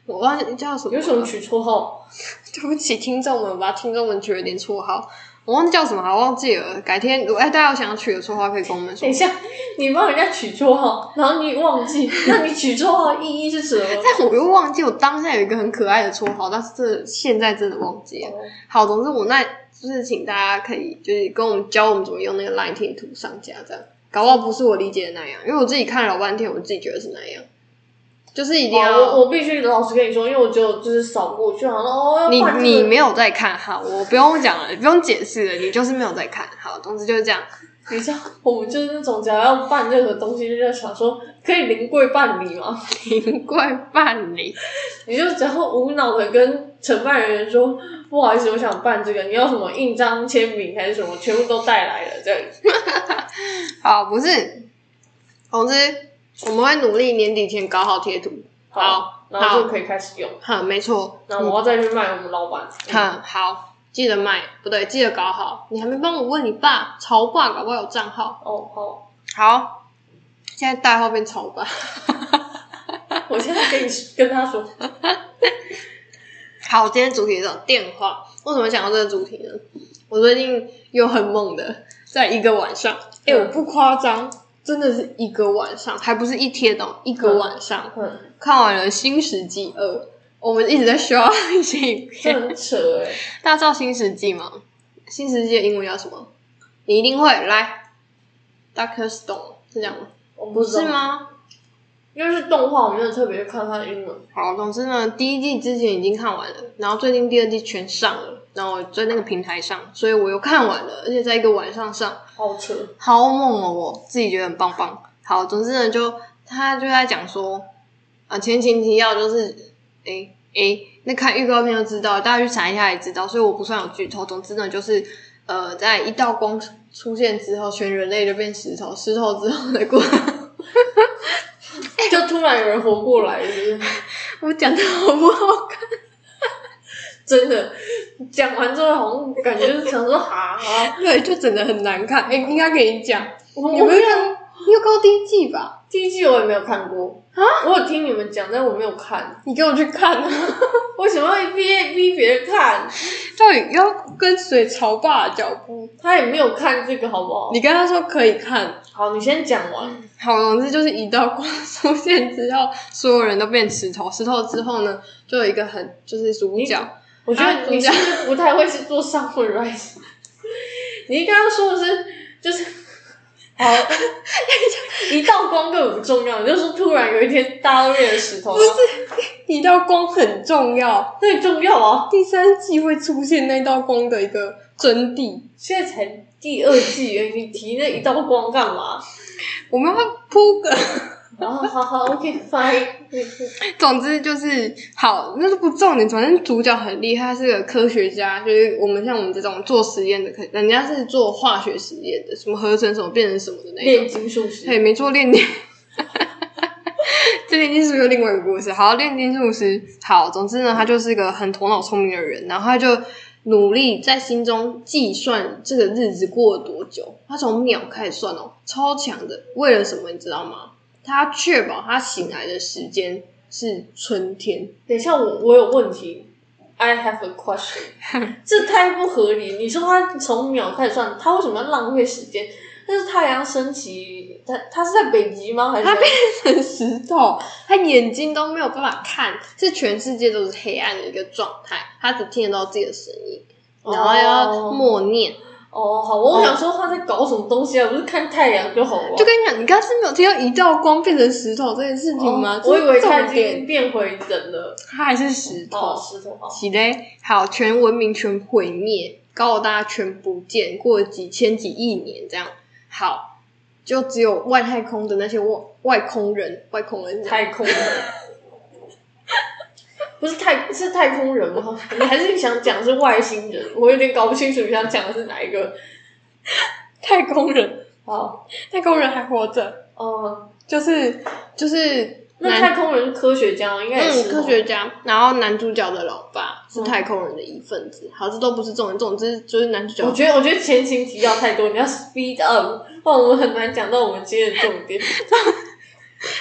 Speaker 1: 我忘记叫什么了，
Speaker 2: 有什么取绰号？
Speaker 1: 对不起，听众们，我把听众们取了点绰号，我忘记叫什么，我忘记了。改天，如果哎、大家有想要取的绰号，可以跟我们说
Speaker 2: 等一。下，你帮人家取绰号，然后你忘记，那你取绰号意义是 什么？
Speaker 1: 但我又忘记我当下有一个很可爱的绰号，但是这现在真的忘记了。好，总之我那就是请大家可以就是跟我们教我们怎么用那个 LINE 贴图上架，这样搞不好不是我理解的那样，因为我自己看了老半天，我自己觉得是那样，就是一定要、
Speaker 2: 哦我我必须老实跟你说，因为我只有就是扫过去，好像哦，要
Speaker 1: 你
Speaker 2: 办这个
Speaker 1: 你没有在看哈，我不用讲了，不用解释了，你就是没有在看。好，总之就是这样。
Speaker 2: 你知道，我们就是那种只要要办任何东西，就在想说可以临柜办理吗？
Speaker 1: 停怪办理，
Speaker 2: 你就只要无脑的跟承办人员说，不好意思，我想办这个，你要什么印章、签名还是什么，全部都带来了这样。
Speaker 1: 好，不是，总之我们会努力年底前搞好贴图。好
Speaker 2: 然后就
Speaker 1: 好
Speaker 2: 可以开始用。
Speaker 1: 好，没错。
Speaker 2: 然后我要再去卖我们老板。
Speaker 1: 嗯，好，记得卖，不对，记得搞好。你还没帮我问你爸，潮爸搞不好有账号。
Speaker 2: 哦，好。
Speaker 1: 好，现在代号变潮爸。
Speaker 2: 我现在跟你跟他说，
Speaker 1: 好，今天主题是电话。为什么讲到这个主题呢？我最近又很猛的，在一个晚上，哎、
Speaker 2: 嗯
Speaker 1: 我不夸张，真的是一个晚上，还不是一天哦，一个晚上、
Speaker 2: 嗯，
Speaker 1: 看完了《新世纪二》，我们一直在刷 一些影
Speaker 2: 这
Speaker 1: 片。
Speaker 2: 很扯哎、
Speaker 1: 大家知道《新世纪》吗？《新世纪》的英文叫什么？你一定会来，Doctor Stone 是这样吗？
Speaker 2: 我
Speaker 1: 不
Speaker 2: 不知
Speaker 1: 是
Speaker 2: 道？
Speaker 1: 吗？
Speaker 2: 因为是动画，我没有特别去看它的英文。
Speaker 1: 好，总之呢，第一季之前已经看完了，然后最近第二季全上了，然后我在那个平台上，所以我又看完了，而且在一个晚上上，
Speaker 2: 好扯，
Speaker 1: 好猛哦，我自己觉得很棒棒。好，总之呢，就他就在讲说，啊，前情提要就是，诶诶，那看预告片就知道，大家去查一下也知道，所以我不算有剧透。总之呢，就是呃，在一道光出现之后，全人类就变石头，石头之后的过程。哎
Speaker 2: 就突然有人活过来，就是
Speaker 1: 我讲的好不好看？
Speaker 2: 真的讲完之后，好像感觉就是想说哈，哈
Speaker 1: 对，就整的很难看。哎、应该给你讲，
Speaker 2: 我
Speaker 1: 你有
Speaker 2: 我
Speaker 1: 没
Speaker 2: 没
Speaker 1: 有
Speaker 2: 有
Speaker 1: 看？你有看到第一季吧？
Speaker 2: 第一季我也没有看过啊，我有听你们讲，但我没有看，
Speaker 1: 你给我去看啊！
Speaker 2: 为什么会逼逼别人看？
Speaker 1: 到底要跟随潮爸的脚步？
Speaker 2: 他也没有看这个，好不好？
Speaker 1: 你跟他说可以看，
Speaker 2: 好，你先讲完。
Speaker 1: 好，总之就是一道光出现之后，所有人都变石头。石头之后呢，就有一个很就是主角，
Speaker 2: 我觉
Speaker 1: 啊
Speaker 2: 得你
Speaker 1: 怎
Speaker 2: 是
Speaker 1: 么
Speaker 2: 不是不太会去做 summarize？你刚刚说的是就是，好， 一道光根本不重要，你就说突然有一天大家都变成石头，不是
Speaker 1: 一道光很重要。
Speaker 2: 那很重要啊！
Speaker 1: 第三季会出现那道光的一个真谛，
Speaker 2: 现在才第二季，你提那一道光干嘛？
Speaker 1: 我们要铺梗。
Speaker 2: 啊，好好，OK，fine，、
Speaker 1: 总之就是好，那是不重点。反正主角很厉害，他是个科学家，就是我们像我们这种做实验的，可人家是做化学实验的，什么合成什么变成什么的那种。
Speaker 2: 炼金术师，
Speaker 1: 对，没错，炼金。 这炼金术又另外一个故事。好，炼金术师，好，总之呢，他就是一个很头脑聪明的人，然后他就努力在心中计算这个日子过了多久。他从秒开始算哦，超强的。为了什么，你知道吗？他确保他醒来的时间是春天。
Speaker 2: 等一下，我我有问题，I have a question，这太不合理。你说他从秒开始算，他为什么要浪费时间？但是太阳升起，他他是在北极吗？还是
Speaker 1: 他很石头，他眼睛都没有办法看，是全世界都是黑暗的一个状态，他只听得到自己的声音，然后要默念。
Speaker 2: 哦，好，我想说他在搞什么东西啊？不是看太阳就好了。
Speaker 1: 就跟你讲，你刚刚是没有听到一道光变成石头这件事情吗？
Speaker 2: 哦我以为他
Speaker 1: 太
Speaker 2: 已经变回人了。
Speaker 1: 他还是石头。
Speaker 2: 哦，石头哦，
Speaker 1: 起嘞，好，全文明全毁灭，高达全不见，过了几千几亿年这样。好，就只有外太空的那些外外空人，外空人是哪
Speaker 2: 太空人。不是太是太空人吗？你还是想讲是外星人？我有点搞不清楚你想讲的是哪一个。
Speaker 1: 太空人，
Speaker 2: 好，
Speaker 1: 太空人还活着，
Speaker 2: 哦、
Speaker 1: 就是就是
Speaker 2: 那
Speaker 1: 男
Speaker 2: 太空人是科学家吗，应该也
Speaker 1: 嗯
Speaker 2: 是、
Speaker 1: 科。学家，然后男主角的老爸是
Speaker 2: 嗯
Speaker 1: 太空人的一份子。好，这都不是重点，重点就是就是男主角
Speaker 2: 我觉得，我觉得前情提要太多，你要 speed up，不然我们很难讲到我们今天的重 点。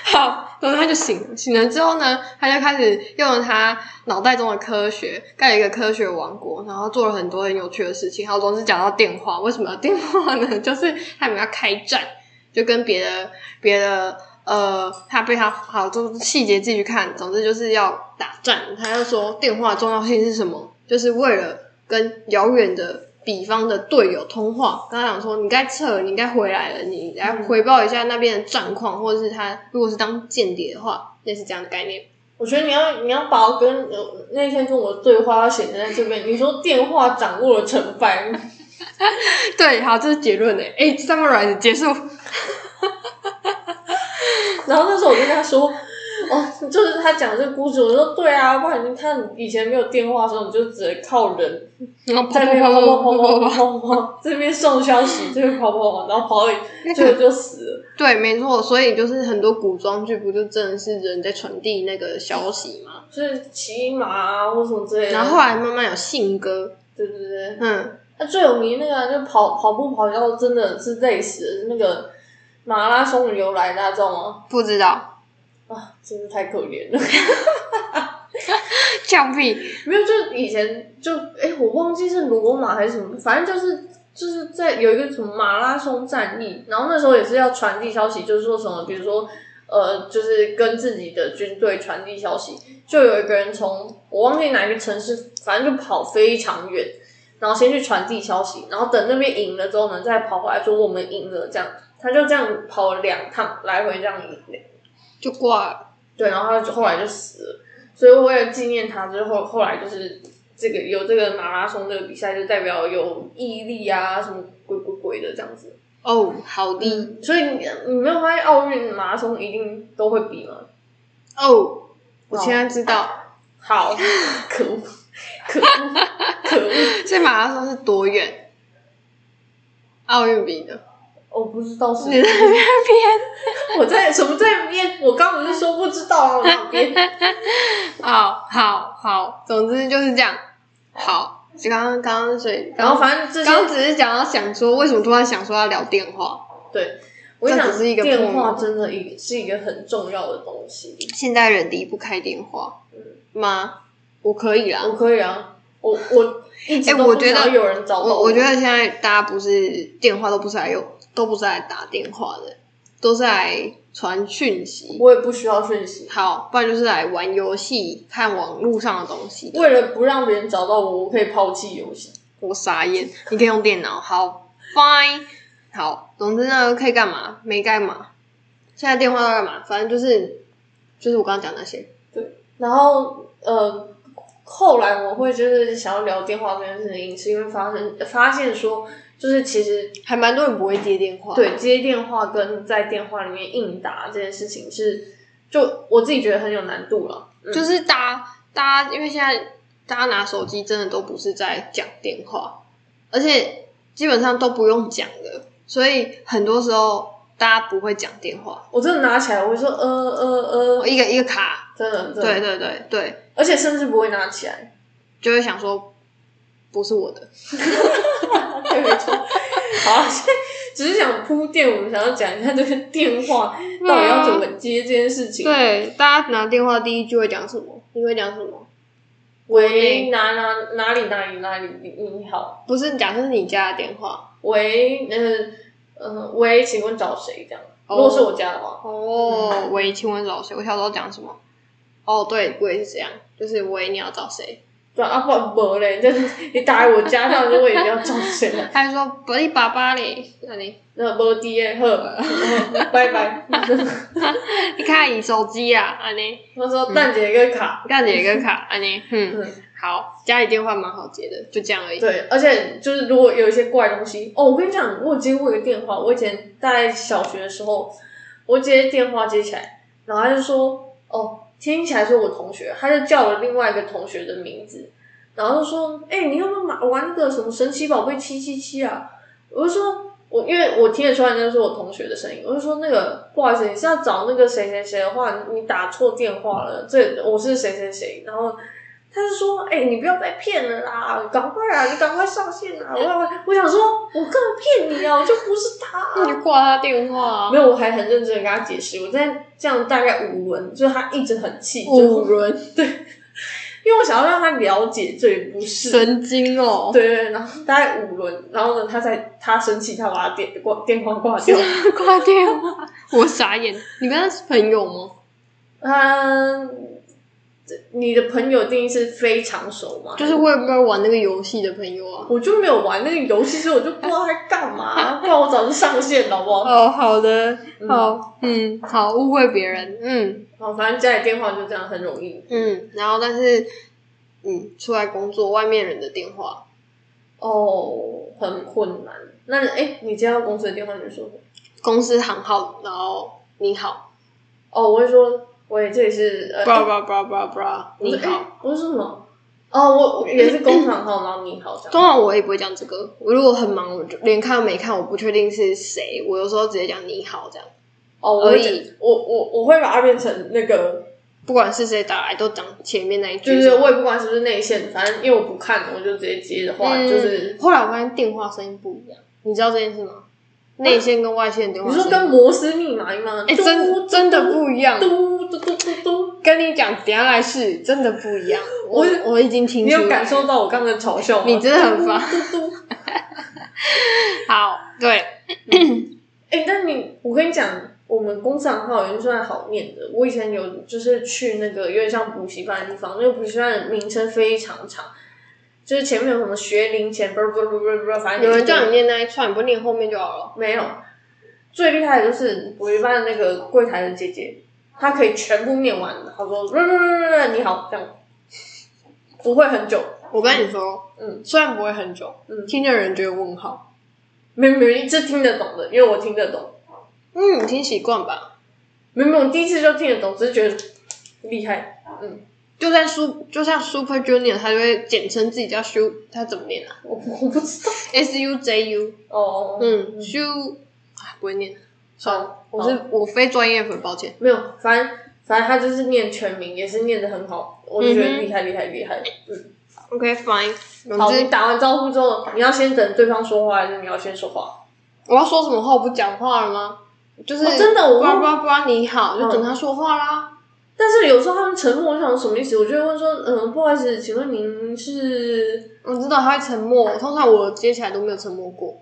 Speaker 1: 好，然后他就醒了，醒了之后呢，他就开始用了他脑袋中的科学，盖了一个科学王国，然后做了很多很有趣的事情。好，总之讲到电话，为什么要电话呢？ 就是他们要开战，就跟别的别的呃，他被他好，就是细节自己去看。总之就是要打战，他就说电话的重要性是什么？就是为了跟遥远的。比方的队友通话，跟他讲说你该撤了，你该回来了，你来
Speaker 2: 嗯
Speaker 1: 回报一下那边的战况，或者是他如果是当间谍的话，类似这样的概念。
Speaker 2: 我觉得你要你要把我跟呃那天跟我的对话要显示在这边。你说电话掌握了成败，
Speaker 1: 对，好，这是结论诶。哎，summarize 结束。
Speaker 2: 然后那时候我就跟他说，哦，就是他讲这个故事，我说对啊，不然你看以前没有电话的时候，你就只能靠人
Speaker 1: 然后跑
Speaker 2: 在
Speaker 1: 跑
Speaker 2: 那边
Speaker 1: 跑跑
Speaker 2: 跑跑跑
Speaker 1: 跑跑
Speaker 2: 跑跑
Speaker 1: 跑。
Speaker 2: 跑跑，这边送消息，这边跑跑跑，然后跑到最后就死了。
Speaker 1: 对，没错。所以就是很多古装剧不就真的是人在传递那个消息嘛？
Speaker 2: 就是骑马啊，或什么之类的。
Speaker 1: 然后后来慢慢有信鸽，
Speaker 2: 对对对，
Speaker 1: 嗯，
Speaker 2: 那最有名那个啊、就跑跑步跑到真的是累死的那个马拉松的由来，大家知道吗？
Speaker 1: 不知道，
Speaker 2: 啊，真是太可怜了。
Speaker 1: 降屁，
Speaker 2: 没有，就以前就哎、我忘记是罗马还是什么，反正就是就是在有一个什么马拉松战役，然后那时候也是要传递消息，就是说什么，比如说呃，就是跟自己的军队传递消息，就有一个人从我忘记哪一个城市，反正就跑非常远，然后先去传递消息，然后等那边赢了之后呢，再跑回来说我们赢了，这样他就这样跑了两趟来回这样赢
Speaker 1: 就挂了。
Speaker 2: 对，然后他就后来就死了。所以为了纪念他，之后后来就是这个有这个马拉松这个比赛，就代表有毅力啊，什么鬼鬼鬼的这样子。
Speaker 1: 哦，好的，
Speaker 2: 嗯，所以你你没有发现奥运马拉松一定都会比吗？
Speaker 1: 哦，我现在知道。
Speaker 2: 好，可恶，可恶，可恶！
Speaker 1: 所以马拉松是多远？奥运比的，
Speaker 2: 我哦不知道是
Speaker 1: 你在那边编
Speaker 2: 我在什么在编？我刚不是说不知道啊，我哪编？
Speaker 1: 好哦好好，总之就是这样。好，就刚刚刚刚所以，
Speaker 2: 然后反正这
Speaker 1: 刚刚
Speaker 2: 些
Speaker 1: 只是讲到想说，为什么突然想说要聊电话？
Speaker 2: 对，我想
Speaker 1: 这只是一个
Speaker 2: 电
Speaker 1: 破
Speaker 2: 话
Speaker 1: 门
Speaker 2: 真的一是一个很重要的东西。
Speaker 1: 现在人离不开电话吗？我可以啦，
Speaker 2: 我可以啊，我我一直
Speaker 1: 哎
Speaker 2: 都
Speaker 1: 我
Speaker 2: 不
Speaker 1: 觉得
Speaker 2: 想要有人找到
Speaker 1: 我我觉得现在大家不是电话都不是来用，都不是来打电话的，都是来传讯息。
Speaker 2: 我也不需要讯息，
Speaker 1: 好，不然就是来玩游戏、看网络上的东西的。
Speaker 2: 为了不让别人找到我，我可以抛弃游戏。
Speaker 1: 我傻眼，你可以用电脑，好，fine，好，总之呢，可以干嘛？没干嘛。现在电话要干嘛？反正就是，就是我刚刚讲那些。
Speaker 2: 然后呃，后来我会就是想要聊电话这件事情，是因为发生发现说，就是其实
Speaker 1: 还蛮多人不会接电话，，
Speaker 2: 对接电话跟在电话里面应答这件事情是，就我自己觉得很有难度了。嗯
Speaker 1: 就是大家大家，因为现在大家拿手机真的都不是在讲电话，而且基本上都不用讲的，所以很多时候大家不会讲电话，
Speaker 2: 我真的拿起来，我会说呃呃呃，
Speaker 1: 一个一个卡，
Speaker 2: 真的真的，
Speaker 1: 对对对对，
Speaker 2: 而且甚至不会拿起来，
Speaker 1: 就会想说不是我的，
Speaker 2: 对，没 错。好，现在只是想铺垫，我们想要讲一下这个电话到底要怎么接这件事情。，
Speaker 1: 啊对，大家拿电话第一句会讲什么？你会讲什么？
Speaker 2: 喂，哪哪哪里哪里哪里，你你好，
Speaker 1: 不是，假设是你家的电话
Speaker 2: 喂，呃呃，喂，请问找谁？这样，
Speaker 1: 哦
Speaker 2: 如果是我家的话，
Speaker 1: 哦，喂，请问找谁？我小时候讲什么？哦，对，我也是这样，就是喂，你要找谁？
Speaker 2: 对啊，不不嘞， 就是你打来我家，这样子我也要找谁了？
Speaker 1: 他还说不是爸爸嘞，那你
Speaker 2: 那无滴耶，好，嗯拜拜。
Speaker 1: 你看你手机啊，安尼，
Speaker 2: 我说蛋姐一个卡，
Speaker 1: 干你个卡，安尼，嗯，
Speaker 2: 嗯，
Speaker 1: 好，家里电话蛮好接的，就这样而已。
Speaker 2: 对，而且就是如果有一些怪东西，哦，我跟你讲，我有接过一个电话，我以前在小学的时候，我接电话接起来，然后他就说，哦，听起来是我同学，他就叫了另外一个同学的名字，然后就说，哎、你有没有买玩那个什么神奇宝贝七七七啊？我就说。我因为我听得出来那是我同学的声音，我就说那个不好意思，你是要找那个谁谁谁的话，你打错电话了。这我是谁谁谁，然后他就说：“哎、你不要再骗了啦，赶快啊，你赶快上线
Speaker 1: 嗯
Speaker 2: 啊！”我要我想说，我根本骗你啊，我就不是他、
Speaker 1: 那你就挂他电话、啊
Speaker 2: 没。有，我还很认真的跟他解释，我在这样大概五轮，就是他一直很气，就是
Speaker 1: 五 轮，
Speaker 2: 因为我想要让他了解这一不是。
Speaker 1: 神经哦！
Speaker 2: 对对，对然后大概五轮，然后呢，他才他生气，他把他电挂电话挂 掉。
Speaker 1: 挂电话，我傻眼。你跟他是朋友吗？
Speaker 2: 嗯，这你的朋友定义是非常熟吗？
Speaker 1: 就是会不会玩那个游戏的朋友啊？
Speaker 2: 我就没有玩那个游戏，所以我就不知道他干 嘛，不然我早就上线了，好不好？
Speaker 1: 哦，好的，
Speaker 2: 嗯
Speaker 1: 好，嗯，好，误会别人，嗯
Speaker 2: 哦，反正家里电话就这样很容易。
Speaker 1: 嗯，然后但是，嗯，出来工作，外面人的电话，
Speaker 2: 哦，很困难。那哎，你接到公司的电话，你就说什么
Speaker 1: 公司行号，然后你好，
Speaker 2: 哦，我会说，喂，这里是呃，
Speaker 1: bra bra bra bra bra，
Speaker 2: 我
Speaker 1: 你
Speaker 2: 说
Speaker 1: 好。，
Speaker 2: 诶我说什么？哦，我我也是工厂号，然后你好这
Speaker 1: 通
Speaker 2: 样。
Speaker 1: 常我也不会讲这个，我如果很忙，我就连看都没看，我不确定是谁，我有时候直接讲你好这样，
Speaker 2: 哦，我
Speaker 1: 而
Speaker 2: 会
Speaker 1: 已
Speaker 2: 讲我我我会把它变成那个，
Speaker 1: 不管是谁打来，都讲前面那一句
Speaker 2: 就
Speaker 1: 什么。
Speaker 2: 是我也不管是不是内线，反正因为我不看，我就直接接的话，
Speaker 1: 嗯
Speaker 2: 就是
Speaker 1: 后来我发现电话声音不一样，你知道这件事吗？内线啊跟外线的电话
Speaker 2: 你
Speaker 1: 声音，
Speaker 2: 说跟摩斯密码一样吗？
Speaker 1: 哎、真真的不一样，
Speaker 2: 嘟嘟嘟嘟嘟，
Speaker 1: 跟你讲，等一下来试，真的不一样。我
Speaker 2: 我
Speaker 1: 我已经听
Speaker 2: 你
Speaker 1: 出来
Speaker 2: 有感受到我刚才嘲笑吗？
Speaker 1: 你真的很烦
Speaker 2: 嘟嘟嘟
Speaker 1: 好，对，
Speaker 2: 哎、但你，我跟你讲，我们工商号也算好念的。我以前有就是去那个有点像补习班的地方，那个补习班的名称非常长，就是前面有什么学龄前，不不不不不，反正
Speaker 1: 有人
Speaker 2: 就是
Speaker 1: 叫你念那一串，你不念后面就好了。
Speaker 2: 没有。最厉害的就是补习班的那个柜台的姐姐，她可以全部念完，她说不不不不不，你好这样，不会很久，
Speaker 1: 我跟你说，
Speaker 2: 嗯
Speaker 1: 虽然不会很久，
Speaker 2: 嗯，
Speaker 1: 听的人觉得问号。
Speaker 2: 没有没有，这听得懂的，因为我听得懂，
Speaker 1: 嗯，你听习惯吧。
Speaker 2: 没有没有，我第一次就听得懂，只是觉得厉害，嗯。
Speaker 1: 就算苏，就像 Super Junior，他就会简称自己叫 Shu，他怎么念啊
Speaker 2: 我我不知道。
Speaker 1: ？S U J U，
Speaker 2: 哦，
Speaker 1: 嗯，Shu，啊，不会念，
Speaker 2: 好，
Speaker 1: 我是我非专业粉，抱歉。
Speaker 2: 没有，反正反正他就是念全名，也是念的很好，我就觉
Speaker 1: 嗯
Speaker 2: 得
Speaker 1: 哼
Speaker 2: 厉害厉害厉害。嗯，
Speaker 1: OK fine，总
Speaker 2: 好，你
Speaker 1: 之
Speaker 2: 打完招呼之后，你要先等对方说话，还是你要先说话？
Speaker 1: 我要说什么话我不讲话了吗？就是、
Speaker 2: 哦真的我
Speaker 1: 不然
Speaker 2: 忘
Speaker 1: 不然不然你好，就
Speaker 2: 嗯
Speaker 1: 等他说话啦。
Speaker 2: 但是有时候他们沉默，我就想什么意思？我就会问说，嗯，不好意思，请问您是？
Speaker 1: 我知道他会沉默，通常我接起来都没有沉默过。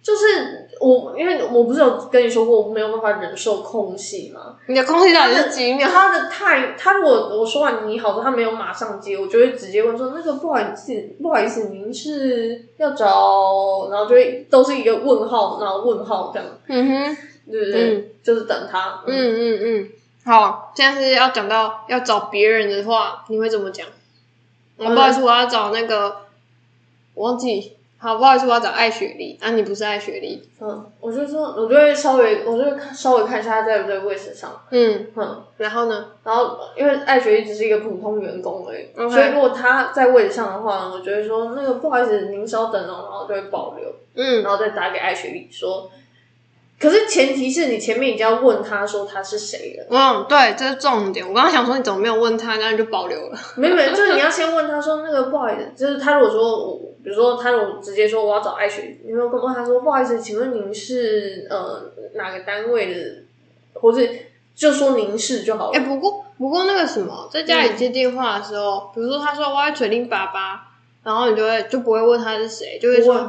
Speaker 2: 就是我，因为我不是有跟你说过，我没有办法忍受空隙吗？
Speaker 1: 你的空气到底是几秒？
Speaker 2: 他的态，他如果我说完你好，他没有马上接，我就会直接问说那个不好意思，不好意思，您是要找，然后就会都是一个问号，然后问号这样，
Speaker 1: 嗯哼，
Speaker 2: 对不对？
Speaker 1: 嗯
Speaker 2: 就是等他，
Speaker 1: 嗯，嗯嗯，好，现在是要讲到要找别人的话，你会怎么讲？我
Speaker 2: 嗯
Speaker 1: 不好意思，我要找那个，我忘记。好，不好意思，我要找艾雪莉。啊，你不是艾雪莉。
Speaker 2: 嗯，我就说，我就会稍微，我就会看稍微看一下他在不在位置上，
Speaker 1: 嗯，
Speaker 2: 嗯，
Speaker 1: 然后呢？
Speaker 2: 然后因为艾学一只是一个普通员工而已
Speaker 1: OK
Speaker 2: 所以如果他在位置上的话，我就会说那个不好意思，您稍等哦，然后就会保留。
Speaker 1: 嗯
Speaker 2: 然后再打给艾雪莉说。可是前提是你前面已经要问他说他是谁了，
Speaker 1: 嗯，对，这是重点。我刚刚想说你怎么没有问他，那你就保留了。
Speaker 2: 没有没有，就是你要先问他说那个不好意思，就是他如果说我，比如说他如果直接说我要找艾雪莉，你有没有跟问他说不好意思，请问您是呃哪个单位的，或是就说您是就好了。
Speaker 1: 哎、不过不过那个什么，在家里接电话的时候，比如说他说我要雪莉爸爸，然后你就会就不会问他是谁，就会
Speaker 2: 不
Speaker 1: 说
Speaker 2: 问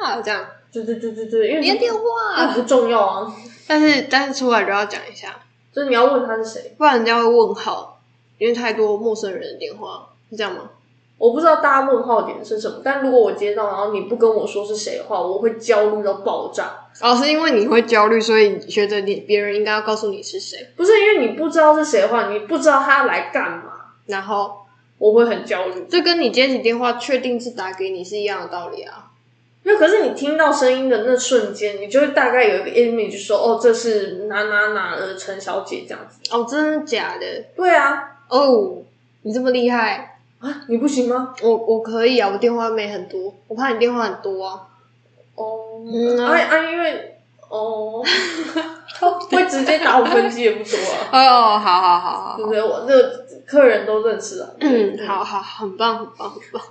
Speaker 1: 啊这样
Speaker 2: 对对对对对，因为
Speaker 1: 连电话。
Speaker 2: 那不重要啊，
Speaker 1: 但是但是出来就要讲一下，
Speaker 2: 就是你要问他是谁。
Speaker 1: 不然人家会问号，因为太多陌生人的电话，是这样吗？
Speaker 2: 我不知道大家问号点是什么，但如果我接到，然后你不跟我说是谁的话，我会焦虑到爆炸。
Speaker 1: 哦，是因为你会焦虑，所以觉得你别人应该要告诉你是谁，
Speaker 2: 不是因为你不知道是谁的话，你不知道他来干嘛，
Speaker 1: 然后
Speaker 2: 我会很焦虑。
Speaker 1: 就跟你接起电话确定是打给你是一样的道理啊。
Speaker 2: 因为可是你听到声音的那瞬间，你就会大概有一个 image 说，哦，这是哪哪哪的陈小姐这样子。
Speaker 1: 哦，真的假的？
Speaker 2: 对啊，
Speaker 1: 哦，你这么厉害，
Speaker 2: 啊，你不行吗？
Speaker 1: 我我可以啊，我电话没很多，我怕你电话很多啊。
Speaker 2: 哦、
Speaker 1: 嗯啊
Speaker 2: 啊啊，因为哦， 会直接打五分机也不多啊，
Speaker 1: 哦，好好好好
Speaker 2: 对不对？我这个客人都认识啊。
Speaker 1: 嗯，好好，很棒，很棒，很棒。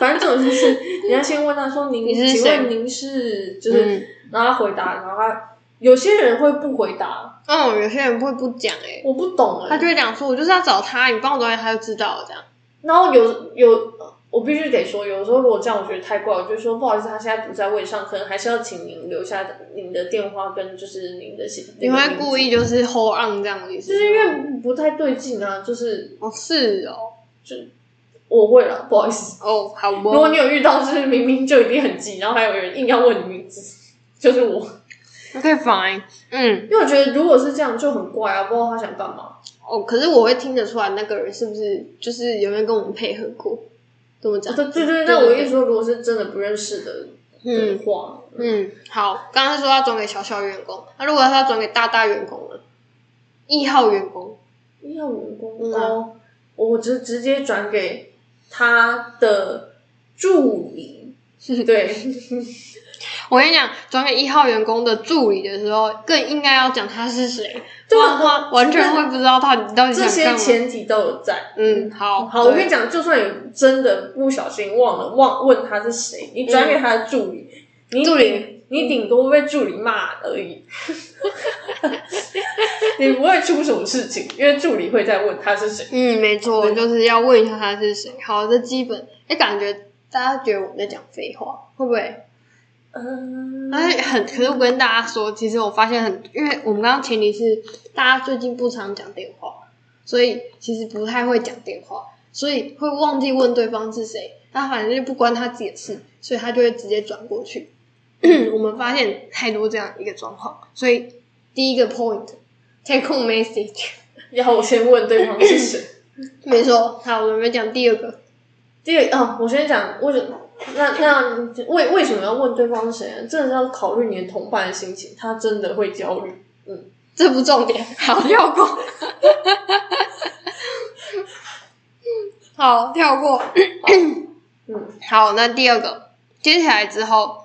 Speaker 2: 反正这 种就是你要先问他说您，
Speaker 1: 你是
Speaker 2: 请
Speaker 1: 谁
Speaker 2: 问您是就是，
Speaker 1: 嗯，
Speaker 2: 然后他回答，然后他有些人会不回答，
Speaker 1: 嗯，有些人会不讲哎、
Speaker 2: 我不懂哎、
Speaker 1: 他就会讲说，我就是要找他，你帮我找点，他就知道了这样。
Speaker 2: 然后有有，我必须得说，有时候如果这样，我觉得太怪，我就说不好意思，他现在不在位上，可能还是要请您留下您的电话跟就是您的信。
Speaker 1: 你会故意
Speaker 2: 就
Speaker 1: 就是 hold on 这样的意思
Speaker 2: 就
Speaker 1: 吗？
Speaker 2: 是因为不太对劲啊，就是
Speaker 1: 哦是哦
Speaker 2: 我会了，不好意思。
Speaker 1: 哦好
Speaker 2: 如果
Speaker 1: 哦，
Speaker 2: 你有遇到就是明明就已经很急，然后还有人硬要问你名字，就是我，
Speaker 1: OK fine，嗯
Speaker 2: 因为我觉得如果是这样就很怪啊，不知道他想干嘛。
Speaker 1: 哦，可是我会听得出来那个人是不是就是有没有跟我们配合过，怎么讲？
Speaker 2: 哦对对对，那我意思说，如果是真的不认识的
Speaker 1: 嗯
Speaker 2: 的话，
Speaker 1: 嗯好，刚刚说要转给小小员工，那如果要转给大大员工呢？一号员工，
Speaker 2: 要员工
Speaker 1: 嗯
Speaker 2: 哦，我直直接转给他的 助理，
Speaker 1: 啊
Speaker 2: 对，
Speaker 1: 我跟你讲，转给一号员工的助理的时候，更应该要讲他是谁，
Speaker 2: 对
Speaker 1: 不
Speaker 2: 啊
Speaker 1: 然的话完全会不知道他到底想
Speaker 2: 这
Speaker 1: 干
Speaker 2: 些
Speaker 1: 嘛。
Speaker 2: 前提都有在。
Speaker 1: 嗯，好，
Speaker 2: 好，我跟你
Speaker 1: 讲，
Speaker 2: 讲，就算有真的不小心忘了忘问他是谁，你转给他的助理，你
Speaker 1: 嗯助理
Speaker 2: 你顶多被助理骂 而已， 你不会出什么事情，因为助理会再问他是谁。
Speaker 1: 嗯，没错，
Speaker 2: 对
Speaker 1: 就是要问一下他是谁。好，这基本，哎、感觉大家觉得我们在讲废话，会不会？
Speaker 2: 嗯，
Speaker 1: 但是很，可是我跟大家说，其实我发现很，因为我们刚刚前提是大家最近不常讲电话，所以其实不太会讲电话，所以会忘记问对方是谁。他反正就不关他自己的事，所以他就会直接转过去。 我们发现太多这样一个状况，所以第一个 point，take home message，
Speaker 2: 要我先问对方是 谁。
Speaker 1: 没错。好，我们讲第二个。
Speaker 2: 第二啊，我先讲为什么。那那为为什么要问对方是谁呢？真的是要考虑你的同伴的心情，他真的会焦虑。
Speaker 1: 这不重点，好跳过， 好跳过。
Speaker 2: 嗯
Speaker 1: 好，那第二个接起来之后，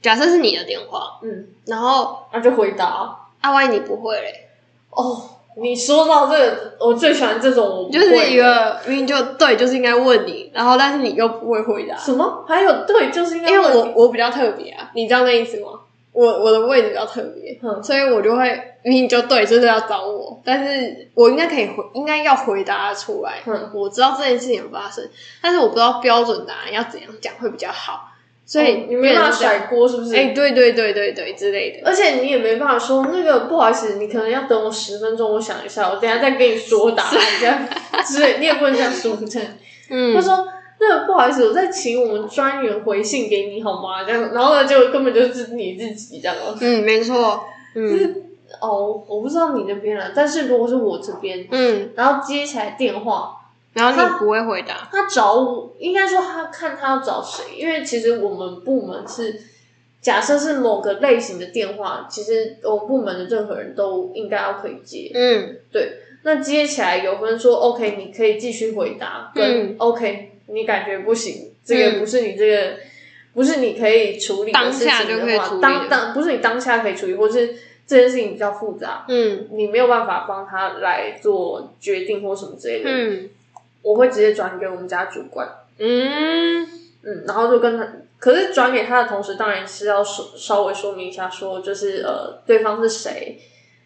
Speaker 1: 假设是你的电话，
Speaker 2: 嗯，
Speaker 1: 然后
Speaker 2: 那就回答
Speaker 1: 啊，万一你不会嘞，
Speaker 2: 哦，你说到这个，我最喜欢这种我不
Speaker 1: 就是
Speaker 2: 会
Speaker 1: 一个明明就对，就是应该问你，然后但是你又不会回答，
Speaker 2: 什么？还有对，就是应该
Speaker 1: 因为我
Speaker 2: 问
Speaker 1: 我比较特别啊，你知道那意思吗？我我的位置比较特别，
Speaker 2: 嗯
Speaker 1: 所以我就会明明就对，就是要找我，但是我应该可以回，应该要回答出来。
Speaker 2: 嗯
Speaker 1: 我知道这件事情有发生，但是我不知道标准答案要怎样讲会比较好，所以、
Speaker 2: 哦你没办法甩锅，是不是？
Speaker 1: 哎、对对对对对之类的。
Speaker 2: 而且你也没办法说那个不好意思，你可能要等我十分钟，我想一下，我等一下再跟你说答案 这样之类，你也不能这样说这样。
Speaker 1: 嗯
Speaker 2: 他说那个不好意思，我再请我们专员回信给你好吗？这样，然后呢，就根本就是你自己这样哦。
Speaker 1: 嗯，没错，嗯
Speaker 2: 哦，我不知道你那边啊了，但是如果是我这边，
Speaker 1: 嗯，
Speaker 2: 然后接起来电话，
Speaker 1: 然后你
Speaker 2: 他
Speaker 1: 不会回答，
Speaker 2: 他找我，应该说他看他要找谁，因为其实我们部门是。假设是某个类型的电话，其实我们部门的任何人都应该要可以接。
Speaker 1: 嗯
Speaker 2: 那接起来有分说，OK，你可以继续回答，跟、
Speaker 1: 嗯
Speaker 2: OK，你感觉不行，这个
Speaker 1: 嗯
Speaker 2: 不是你这个，不是你可以处理的
Speaker 1: 当
Speaker 2: 事
Speaker 1: 下
Speaker 2: 情
Speaker 1: 就
Speaker 2: 的
Speaker 1: 可以
Speaker 2: 话，
Speaker 1: 处理的
Speaker 2: 当当不是你当下可以处理，或是这件事情比较复杂，
Speaker 1: 嗯
Speaker 2: 你没有办法帮他来做决定或什么之类的，
Speaker 1: 嗯
Speaker 2: 我会直接转给我们家主管，
Speaker 1: 嗯
Speaker 2: 嗯，然后就跟他，可是转给他的同时，当然是要说稍微说明一下说，就是呃，对方是谁，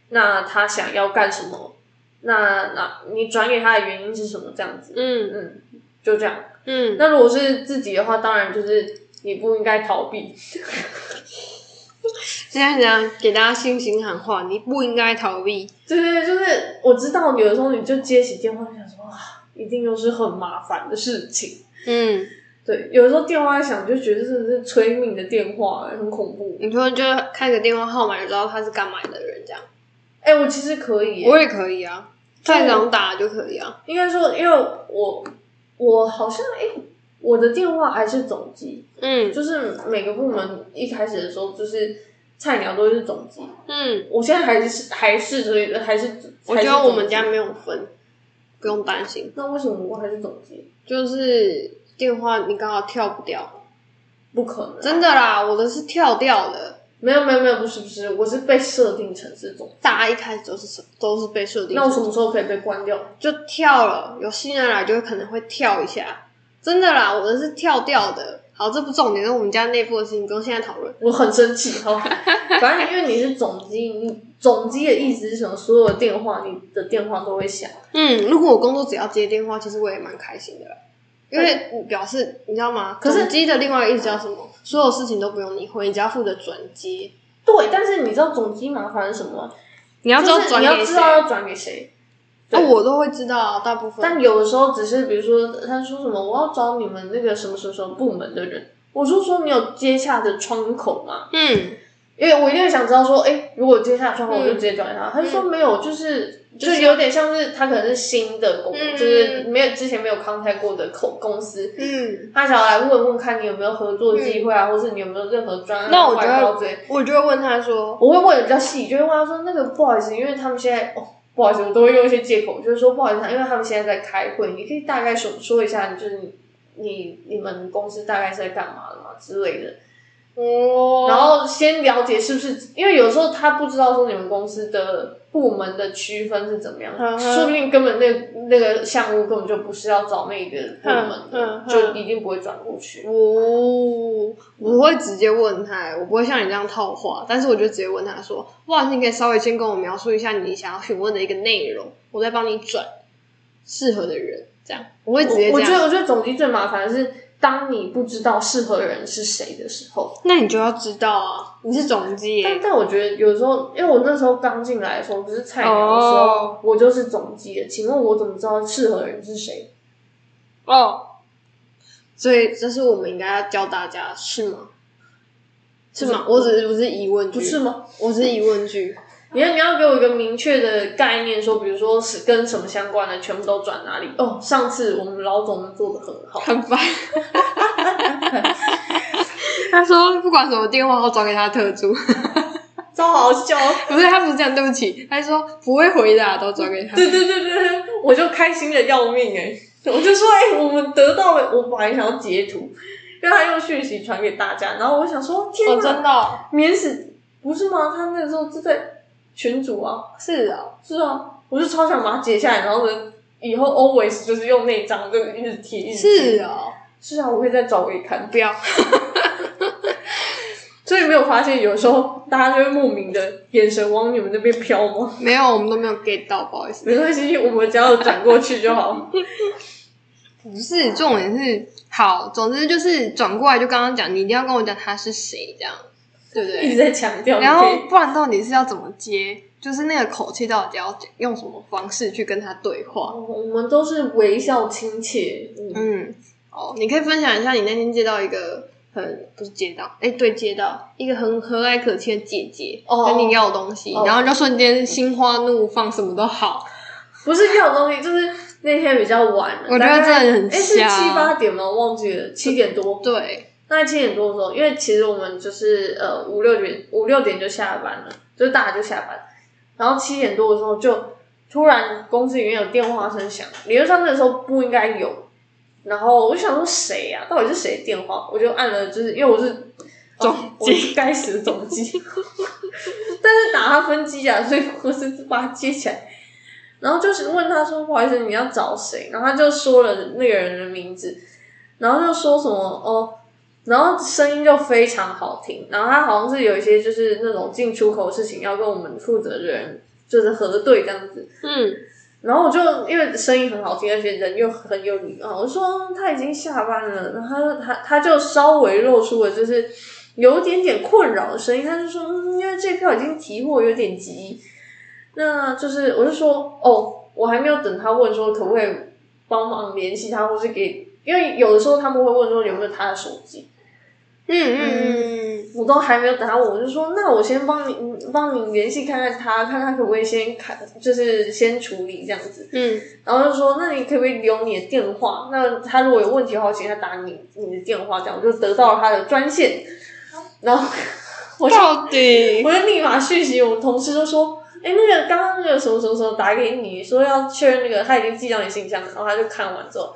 Speaker 2: 那他想要干什么，那那你转给他的原因是什么，这样子，
Speaker 1: 嗯
Speaker 2: 嗯，就这样。
Speaker 1: 嗯，
Speaker 2: 那如果是自己的话，当然就是你不应该逃避，
Speaker 1: 现在讲给大家信心喊话，你不应该逃避，
Speaker 2: 对对对，就是我知道有的时候你就接起电话，就想说啊，一定又是很麻烦的事情。
Speaker 1: 嗯，
Speaker 2: 对，有的时候电话一响，就觉得真的是催命的电话，很恐怖。
Speaker 1: 你突然就看个电话号码就知道他是干嘛的人，这样
Speaker 2: 哎、我其实可以耶、
Speaker 1: 我也可以啊，太想打就可以啊，
Speaker 2: 应该说，因为我我好像哎、诶我的电话还是总机，
Speaker 1: 嗯
Speaker 2: 就是每个部门一开始的时候就是菜鸟都是总机，
Speaker 1: 嗯，
Speaker 2: 我现在还是还是所以还是
Speaker 1: 我觉得我们
Speaker 2: 还
Speaker 1: 家
Speaker 2: 是总机
Speaker 1: 没有分，不用担心，
Speaker 2: 那为什么我还是总机？
Speaker 1: 就是电话你刚好跳不掉，
Speaker 2: 不可能，
Speaker 1: 真的啦，我的是跳掉的。
Speaker 2: 没有没有没有，不是不是，我是被设定成是总机，
Speaker 1: 大家一开始都是都是被设定，
Speaker 2: 那我什么时候可以被关掉？
Speaker 1: 就跳了，有新人来就会可能会跳一下，真的啦，我的是跳掉的。好，这不重点，是我们家内部的事情，不用现在讨论。
Speaker 2: 我很生气 哈，反正因为你是总机，你总机的意思是什么？所有的电话，你的电话都会响。
Speaker 1: 嗯，如果我工作只要接电话，其实我也蛮开心的啦，因为你表示你知道吗？
Speaker 2: 可是
Speaker 1: 总机的另外一个意思叫什么？所有事情都不用你回，你只要负责转接。
Speaker 2: 对，但是你知道总机麻烦是什么吗？
Speaker 1: 你要知道
Speaker 2: 就是
Speaker 1: 转
Speaker 2: 你要
Speaker 1: 给
Speaker 2: 知
Speaker 1: 谁？
Speaker 2: 道
Speaker 1: 啊，
Speaker 2: 要转给谁。对
Speaker 1: 我都会知道啊，大部分。
Speaker 2: 但有的时候只是比如说，他说什么我要找你们那个什么什么什么部门的人，我就说你有接洽的窗口吗？
Speaker 1: 嗯，
Speaker 2: 因为我一定会想知道说，哎、如果接洽窗口，
Speaker 1: 嗯
Speaker 2: 我就直接转给他。他就说没有，就是。
Speaker 1: 就
Speaker 2: 就
Speaker 1: 是
Speaker 2: 是有点像是他可能是新的公，
Speaker 1: 嗯
Speaker 2: 就是没有之前没有 contact 过的公公司，
Speaker 1: 嗯，
Speaker 2: 他想要来问问看你有没有合作机会啊，或是你有没有任何专案
Speaker 1: 那我觉
Speaker 2: 外包之类的
Speaker 1: 得，我就会问他说，
Speaker 2: 我会问的比较细，就会问他说那个不好意思，因为他们现在哦，不好意思，我都会用一些借口，就是说不好意思，因为他们现在在开会，你可以大概说说一下，就是你你你们公司大概是在干嘛的嘛之类的，
Speaker 1: 哦
Speaker 2: 然后先了解是不是，因为有时候他不知道说你们公司的部门的区分是怎么样，
Speaker 1: 嗯哼
Speaker 2: 说不定根本那那个项目根本就不是要找那个部门的，
Speaker 1: 嗯嗯嗯
Speaker 2: 就一定不会转过去。
Speaker 1: 我我会直接问他，我不会像你这样套话，但是我就直接问他说：“哇，你可以稍微先跟我描述一下你想要询问的一个内容，我再帮你转适合的人。”这样我会直接
Speaker 2: 我
Speaker 1: 这
Speaker 2: 我觉得
Speaker 1: 样。
Speaker 2: 我觉得总机最麻烦的是，当你不知道适合的人是谁的时候。
Speaker 1: 那你就要知道啊，你是总机耶、
Speaker 2: 但但我觉得有时候，因为我那时候刚进来的时候，不是菜鸟的时候
Speaker 1: 哦
Speaker 2: 我就是总机的。请问我怎么知道适合的人是谁？
Speaker 1: 哦。所以这是我们应该要教大家，是吗？是吗？我只是不是疑问句，
Speaker 2: 不是吗？
Speaker 1: 我只是疑问句。
Speaker 2: 你要你要给我一个明确的概念，说比如说是跟什么相关的，全部都转哪里？哦，上次我们老总做的很 好，
Speaker 1: 很烦。 他说不管什么电话号转给他特助，
Speaker 2: 超好笑。
Speaker 1: 不是他不是这样，对不起，他说不会回答都转给他。
Speaker 2: 对对对对对，我就开心的要命哎、我就说哎、我们得到了，我本来想要截图，因为他用讯息传给大家，然后我想说天哪，
Speaker 1: 的 哦、
Speaker 2: 免死不是吗？他那时候就在群主啊。
Speaker 1: 是啊、
Speaker 2: 是啊，我就超想把它截下来，然后呢，以后 always 就是用那张，就一直贴，一直贴
Speaker 1: 是哦，
Speaker 2: 是啊，我可以再找给你看。
Speaker 1: 不要，
Speaker 2: 所以没有发现，有时候大家就会莫名的眼神往你们那边飘吗？
Speaker 1: 没有，我们都没有 get 到，不好意思。
Speaker 2: 没关系，我们只要转过去 就好。
Speaker 1: 不是，重点是好，总之就是转过来就刚刚讲，你一定要跟我讲他是谁，这样对不
Speaker 2: 一
Speaker 1: 对？
Speaker 2: 直在强调，
Speaker 1: 然
Speaker 2: 你可以
Speaker 1: 后不然到底是要怎么接？就是那个口气到底要用什么方式去跟他对话？
Speaker 2: 我们都是微笑亲切，嗯，
Speaker 1: 嗯，哦，你可以分享一下你那天接到一个很不是接到，哎，对，接到一个很和蔼可亲的姐姐
Speaker 2: 哦
Speaker 1: 跟你要东西，
Speaker 2: 哦
Speaker 1: 然后就瞬间心花怒放，什么都好。
Speaker 2: 不是要东西，就是那天比较晚了，
Speaker 1: 我觉得
Speaker 2: 大概
Speaker 1: 真的很
Speaker 2: 诶是
Speaker 1: 瞎
Speaker 2: 七八点吗？我忘记了，七点多。
Speaker 1: 对，
Speaker 2: 大概七点多的时候，因为其实我们就是呃五六点五六点就下班了，就是大家就下班，然后七点多的时候就突然公司里面有电话声响，理论上那时候不应该有，然后我就想说谁呀、到底是谁的电话？我就按了，就是因为我是
Speaker 1: 总
Speaker 2: 哦我是该死的总机，但是打他分机啊，所以我是把他接起来。然后就是问他说：“不好意思，你要找谁？”然后他就说了那个人的名字，然后就说什么哦，然后声音就非常好听，然后他好像是有一些就是那种进出口的事情要跟我们负责的人就是核对这样子，
Speaker 1: 嗯，
Speaker 2: 然后我就因为声音很好听，而且人又很有礼貌，我就说嗯他已经下班了，然后他他他就稍微露出了就是有一点点困扰的声音，他就说嗯，因为这票已经提货有点急，那就是我就说哦，我还没有等他问说可不可以帮忙联系他，或是给，因为有的时候他们会问说有没有他的手机。
Speaker 1: 嗯嗯嗯，
Speaker 2: 我都还没有打我，我就说那我先帮你嗯帮你联系看看他，看看可不可以先看，就是先处理这样子。
Speaker 1: 嗯，
Speaker 2: 然后就说那你可不可以留你的电话？那他如果有问题的话，我请他打你你的电话，这样我就得到了他的专线。然后我就
Speaker 1: 到底
Speaker 2: 我就立马讯息我同事就说：“哎、那个刚刚那个什么什么什么打给你，说要确认那个他已经寄到你信箱了。”然后他就看完之后，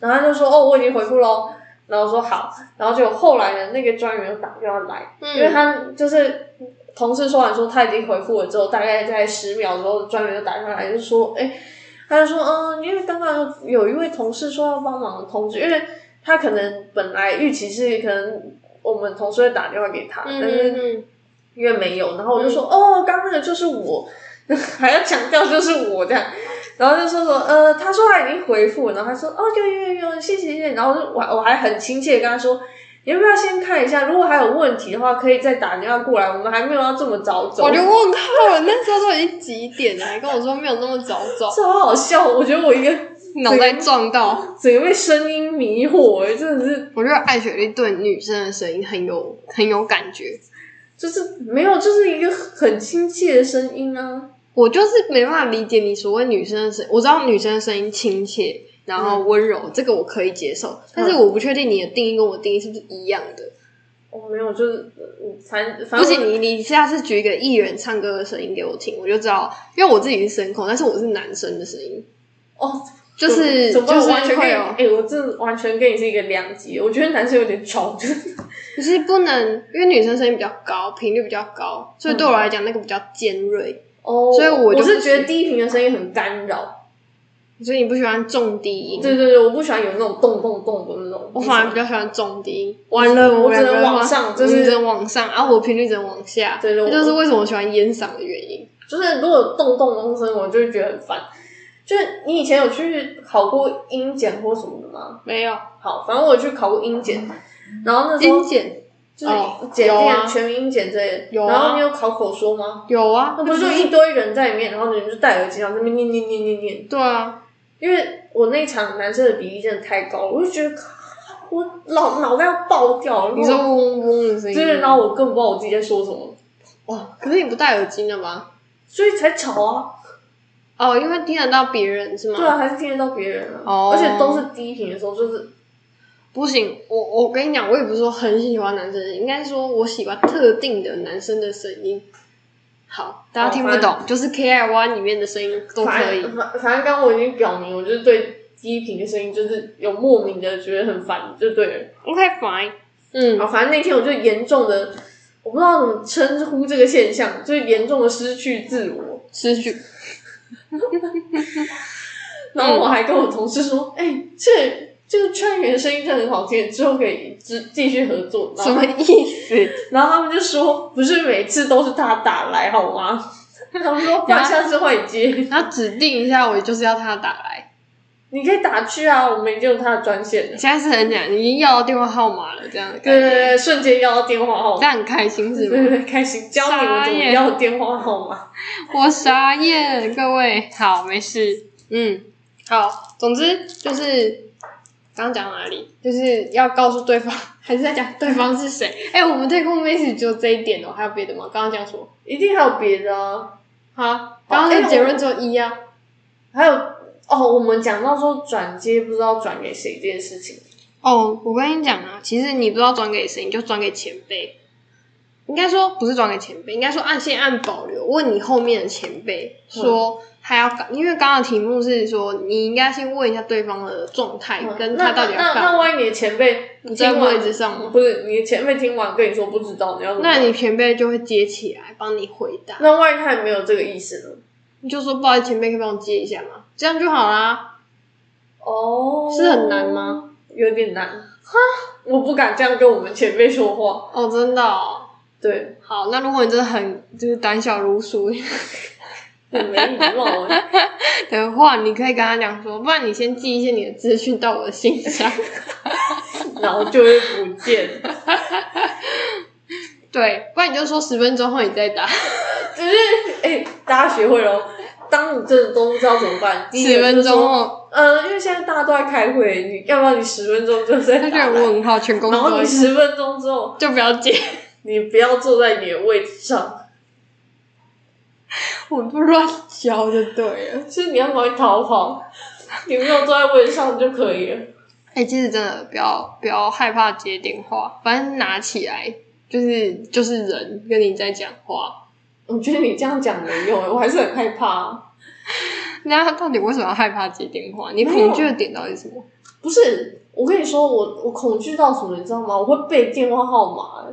Speaker 2: 然后他就说：“哦，我已经回复喽。”然后我说好，然后就后来呢，那个专员又打电话来，因为
Speaker 1: 嗯
Speaker 2: 他就是同事说完说他已经回复了之后，大概在十秒之后，专员就打电话来就说：“哎、他就说，嗯，因为刚刚有一位同事说要帮忙通知，因为他可能本来预期是可能我们同事会打电话给他，但是
Speaker 1: 嗯
Speaker 2: 因为没有，然后我就说、哦，刚刚那个就是我， 还要强调就是我这样，然后就说说呃，他说他已经回复，然后他说哦，有有有有，谢谢谢谢，然后我就我还我还很亲切地跟他说，你要不要先看一下，如果还有问题的话，可以再打电话过来，我们还没有要这么早走，
Speaker 1: 我就问号了，那时候都已经几点了，还跟我说没有那么早走，
Speaker 2: 超好笑，我觉得我一个
Speaker 1: 脑袋撞到。
Speaker 2: 整个被声音迷惑，哎真的是。
Speaker 1: 我觉得艾雪莉对女生的声音很有很有感觉，
Speaker 2: 就是没有，就是一个很亲切的声音啊。
Speaker 1: 我就是没办法理解你所谓女生的声，我知道女生的声音亲切，
Speaker 2: 嗯
Speaker 1: 然后温柔，这个我可以接受，但是我不确定你的定义跟我定义是不是一样的。
Speaker 2: 我、哦没有，就是嗯反反
Speaker 1: 不
Speaker 2: 正
Speaker 1: 行，你你下次举一个艺人唱歌的声音给我听，我就知道，因为我自己是声控，但是我是男生的声音，
Speaker 2: 哦，
Speaker 1: 就是
Speaker 2: 怎么
Speaker 1: 就是
Speaker 2: 完全跟
Speaker 1: 会
Speaker 2: 你
Speaker 1: 有
Speaker 2: 哎、我真的完全跟你是一个两极。我觉得男生有点 吵，就是
Speaker 1: 可是不能，因为女生声音比较高，频率比较高，所以对我来讲那个比较尖锐，
Speaker 2: 哦
Speaker 1: 所以我
Speaker 2: 我
Speaker 1: 就不
Speaker 2: 是觉得
Speaker 1: 行
Speaker 2: 低频的声音很干扰。
Speaker 1: 所以你不喜欢重低音。
Speaker 2: 对对对，我不喜欢有那种咚咚咚的那种。
Speaker 1: 我反而比较喜欢重低音。完了，
Speaker 2: 我
Speaker 1: 们两
Speaker 2: 只
Speaker 1: 个人
Speaker 2: 能往
Speaker 1: 话
Speaker 2: 上
Speaker 1: 我
Speaker 2: 就是
Speaker 1: 们只能往上，啊，我频率只能往下。
Speaker 2: 对对
Speaker 1: 这
Speaker 2: 我
Speaker 1: 就是为什么我喜欢烟嗓的原因。
Speaker 2: 就是如果有咚咚咚声，我就会觉得很烦。就是你以前有去考过音检或什么的吗？
Speaker 1: 没有
Speaker 2: 好，反正我有去考过音检，然后那时候
Speaker 1: 音检
Speaker 2: 就是
Speaker 1: 哦
Speaker 2: 检
Speaker 1: 有
Speaker 2: 定、
Speaker 1: 啊
Speaker 2: 全民检之类的。
Speaker 1: 有啊
Speaker 2: 然后你有考口说吗？
Speaker 1: 有啊，
Speaker 2: 那不是就一堆人在里面，然后你们就戴耳机，然后在那边念念念念念。
Speaker 1: 对啊，
Speaker 2: 因为我那一场男生的比例真的太高了，我就觉得我脑脑袋要爆掉了。
Speaker 1: 你说嗡嗡嗡的声音，
Speaker 2: 对，然后我根本不知道我自己在说什么，
Speaker 1: 哇，可是你不戴耳机的吗？
Speaker 2: 所以才吵啊。
Speaker 1: 哦，因为听得到别人是吗？
Speaker 2: 对啊，还是听得到别人啊，
Speaker 1: 嗯哦
Speaker 2: 而且都是低频的时候，就是
Speaker 1: 不行，我我跟你讲，我也不是说很喜欢男生的声音，应该说我喜欢特定的男生的声音。好，大
Speaker 2: 哦
Speaker 1: 家听不懂，就是 K I Y 里面的声音都
Speaker 2: 反
Speaker 1: 可以。
Speaker 2: 正反反正刚刚我已经表明，我就是对低频的声音就是有莫名的觉得很烦，就对了。
Speaker 1: OK fine，嗯，
Speaker 2: 然后反正那天我就严重的，我不知道怎么称呼这个现象，就是严重的失去自我。
Speaker 1: 失去
Speaker 2: 然后
Speaker 1: 嗯
Speaker 2: 我还跟我同事说，哎、这这个川原声音真的很好听，之后可以继继续合作。然
Speaker 1: 什
Speaker 2: 后
Speaker 1: 么意思？
Speaker 2: 然后他们就说，不是每次都是他打来好吗？ 他们说，不然下次会接，
Speaker 1: 然后指定一下，我就是要他打来。
Speaker 2: 你可以打去啊，我们已经有他的专线了。
Speaker 1: 现在是很讲，你已经要到电话号码了，这样的感
Speaker 2: 对对
Speaker 1: 觉，
Speaker 2: 对，瞬间要到电话号
Speaker 1: 这
Speaker 2: 码，
Speaker 1: 样很开心是
Speaker 2: 对对
Speaker 1: 吗？
Speaker 2: 对，开心教你们怎么要电话号码。
Speaker 1: 我傻眼，各位，好，没事，嗯，好，总之就是刚刚讲哪里，就是要告诉对方，还是在讲对方是谁？哎、我们太空 message 只有这一点哦，还有别的吗？刚刚讲什么？
Speaker 2: 一定还有别的啊，
Speaker 1: 好，刚刚的结论只有一啊。
Speaker 2: 还有哦，我们讲到说转接不知道转给谁这件事情，
Speaker 1: 哦，我跟你讲啊，其实你不知道转给谁，你就转给前辈。应该说不是转给前辈，应该说按先按保留，问你后面的前辈
Speaker 2: 嗯
Speaker 1: 说他要干，因为刚刚的题目是说你应该先问一下对方的状态
Speaker 2: 嗯
Speaker 1: 跟他
Speaker 2: 那
Speaker 1: 到底要
Speaker 2: 那那
Speaker 1: 干嘛。
Speaker 2: 那万一你的前辈
Speaker 1: 你在
Speaker 2: 听完
Speaker 1: 位置上吗？
Speaker 2: 不是你的前辈听完跟你说不知道，你要怎么办
Speaker 1: 那你前辈就会接起来帮你回答，
Speaker 2: 那万一他也没有这个意思呢？
Speaker 1: 你就说不好意思，前辈可以帮我接一下吗？这样就好啦。
Speaker 2: 哦
Speaker 1: 是很难吗？
Speaker 2: 有点难。哈，我不敢这样跟我们前辈说话。
Speaker 1: 哦，真的、哦。
Speaker 2: 对，
Speaker 1: 好，那如果你真的很就是胆小如鼠
Speaker 2: 很没礼貌欸。
Speaker 1: 的话，你可以跟他讲说，不然你先寄一些你的资讯到我的信箱。
Speaker 2: 然后就会不见。
Speaker 1: 对，不然你就说十分钟后你再 打，
Speaker 2: 就是，哎、大家学会了哦。当你真的都不知道怎么办，第一
Speaker 1: 十
Speaker 2: 个就
Speaker 1: 分
Speaker 2: 是
Speaker 1: 钟
Speaker 2: 说，
Speaker 1: 后，
Speaker 2: 呃，因为现在大家都在开会，你要不要你十分钟就在
Speaker 1: 他就
Speaker 2: 打
Speaker 1: 有
Speaker 2: 来，
Speaker 1: 问号，全公
Speaker 2: 然
Speaker 1: 司
Speaker 2: 后你十分钟之后，
Speaker 1: 就不要接。
Speaker 2: 你不要坐在你的位置上，
Speaker 1: 我不乱教就对了。
Speaker 2: 就是你要赶快逃跑。你没有坐在位置上就可以了。
Speaker 1: 哎、其实真的不要不要害怕接电话，反正拿起来就是就是人跟你在讲话。
Speaker 2: 我觉得你这样讲没用、欸，我还是很害怕啊、
Speaker 1: 那他到底为什么要害怕接电话？你恐惧的点到底是什么？
Speaker 2: 不是，我跟你说，我我恐惧到什么，你知道吗？我会背电话号码、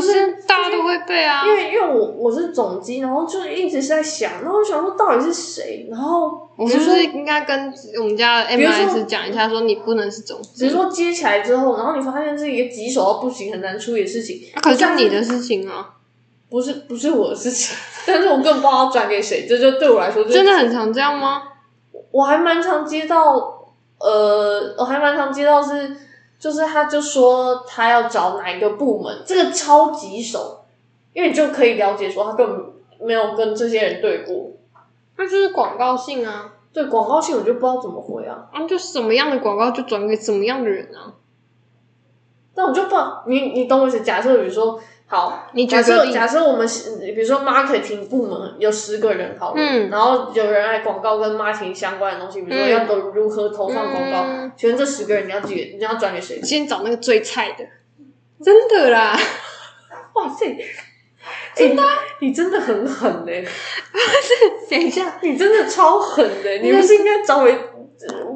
Speaker 1: 就是是大家都会背啊
Speaker 2: 因。为因为我我是总机，然后就一直是在想，然后我想说到底是谁，然后
Speaker 1: 我是不是应该跟我们家的
Speaker 2: 比如说
Speaker 1: MIS 讲一下，说你不能是总
Speaker 2: 只
Speaker 1: 机
Speaker 2: 是？说接起来之后，然后你发现是一个棘手到不行、很难处理的事情，
Speaker 1: 啊可是你的事情啊，
Speaker 2: 不是不是我的事情，但是我更不知道要转给谁，这就对我来说就是
Speaker 1: 真的很常这样吗？
Speaker 2: 我还蛮常接到，呃，我还蛮常接到是，就是他就说他要找哪一个部门，这个超棘手，因为你就可以了解说他根本没有跟这些人对过。
Speaker 1: 那就是广告性啊，
Speaker 2: 对广告性我就不知道怎么回啊，
Speaker 1: 啊，就什么样的广告就转给什么样的人啊。
Speaker 2: 但我就不知道你你懂我意思。假设比如说好，
Speaker 1: 你举
Speaker 2: 假
Speaker 1: 个
Speaker 2: 设
Speaker 1: 例，
Speaker 2: 假设我们是比如说 marketing 部门有十个人好了，
Speaker 1: 嗯
Speaker 2: 然后有人来广告跟 marketing 相关的东西，比如说
Speaker 1: 嗯
Speaker 2: 要都如何投放广告，
Speaker 1: 嗯
Speaker 2: 请问这十个人你要几个？你要转给谁？
Speaker 1: 先找那个最菜的，真的 啦。
Speaker 2: 哇塞，哎真的、啊你真的很狠嘞、
Speaker 1: 等一下，
Speaker 2: 你真的超狠嘞、你不是应该找为，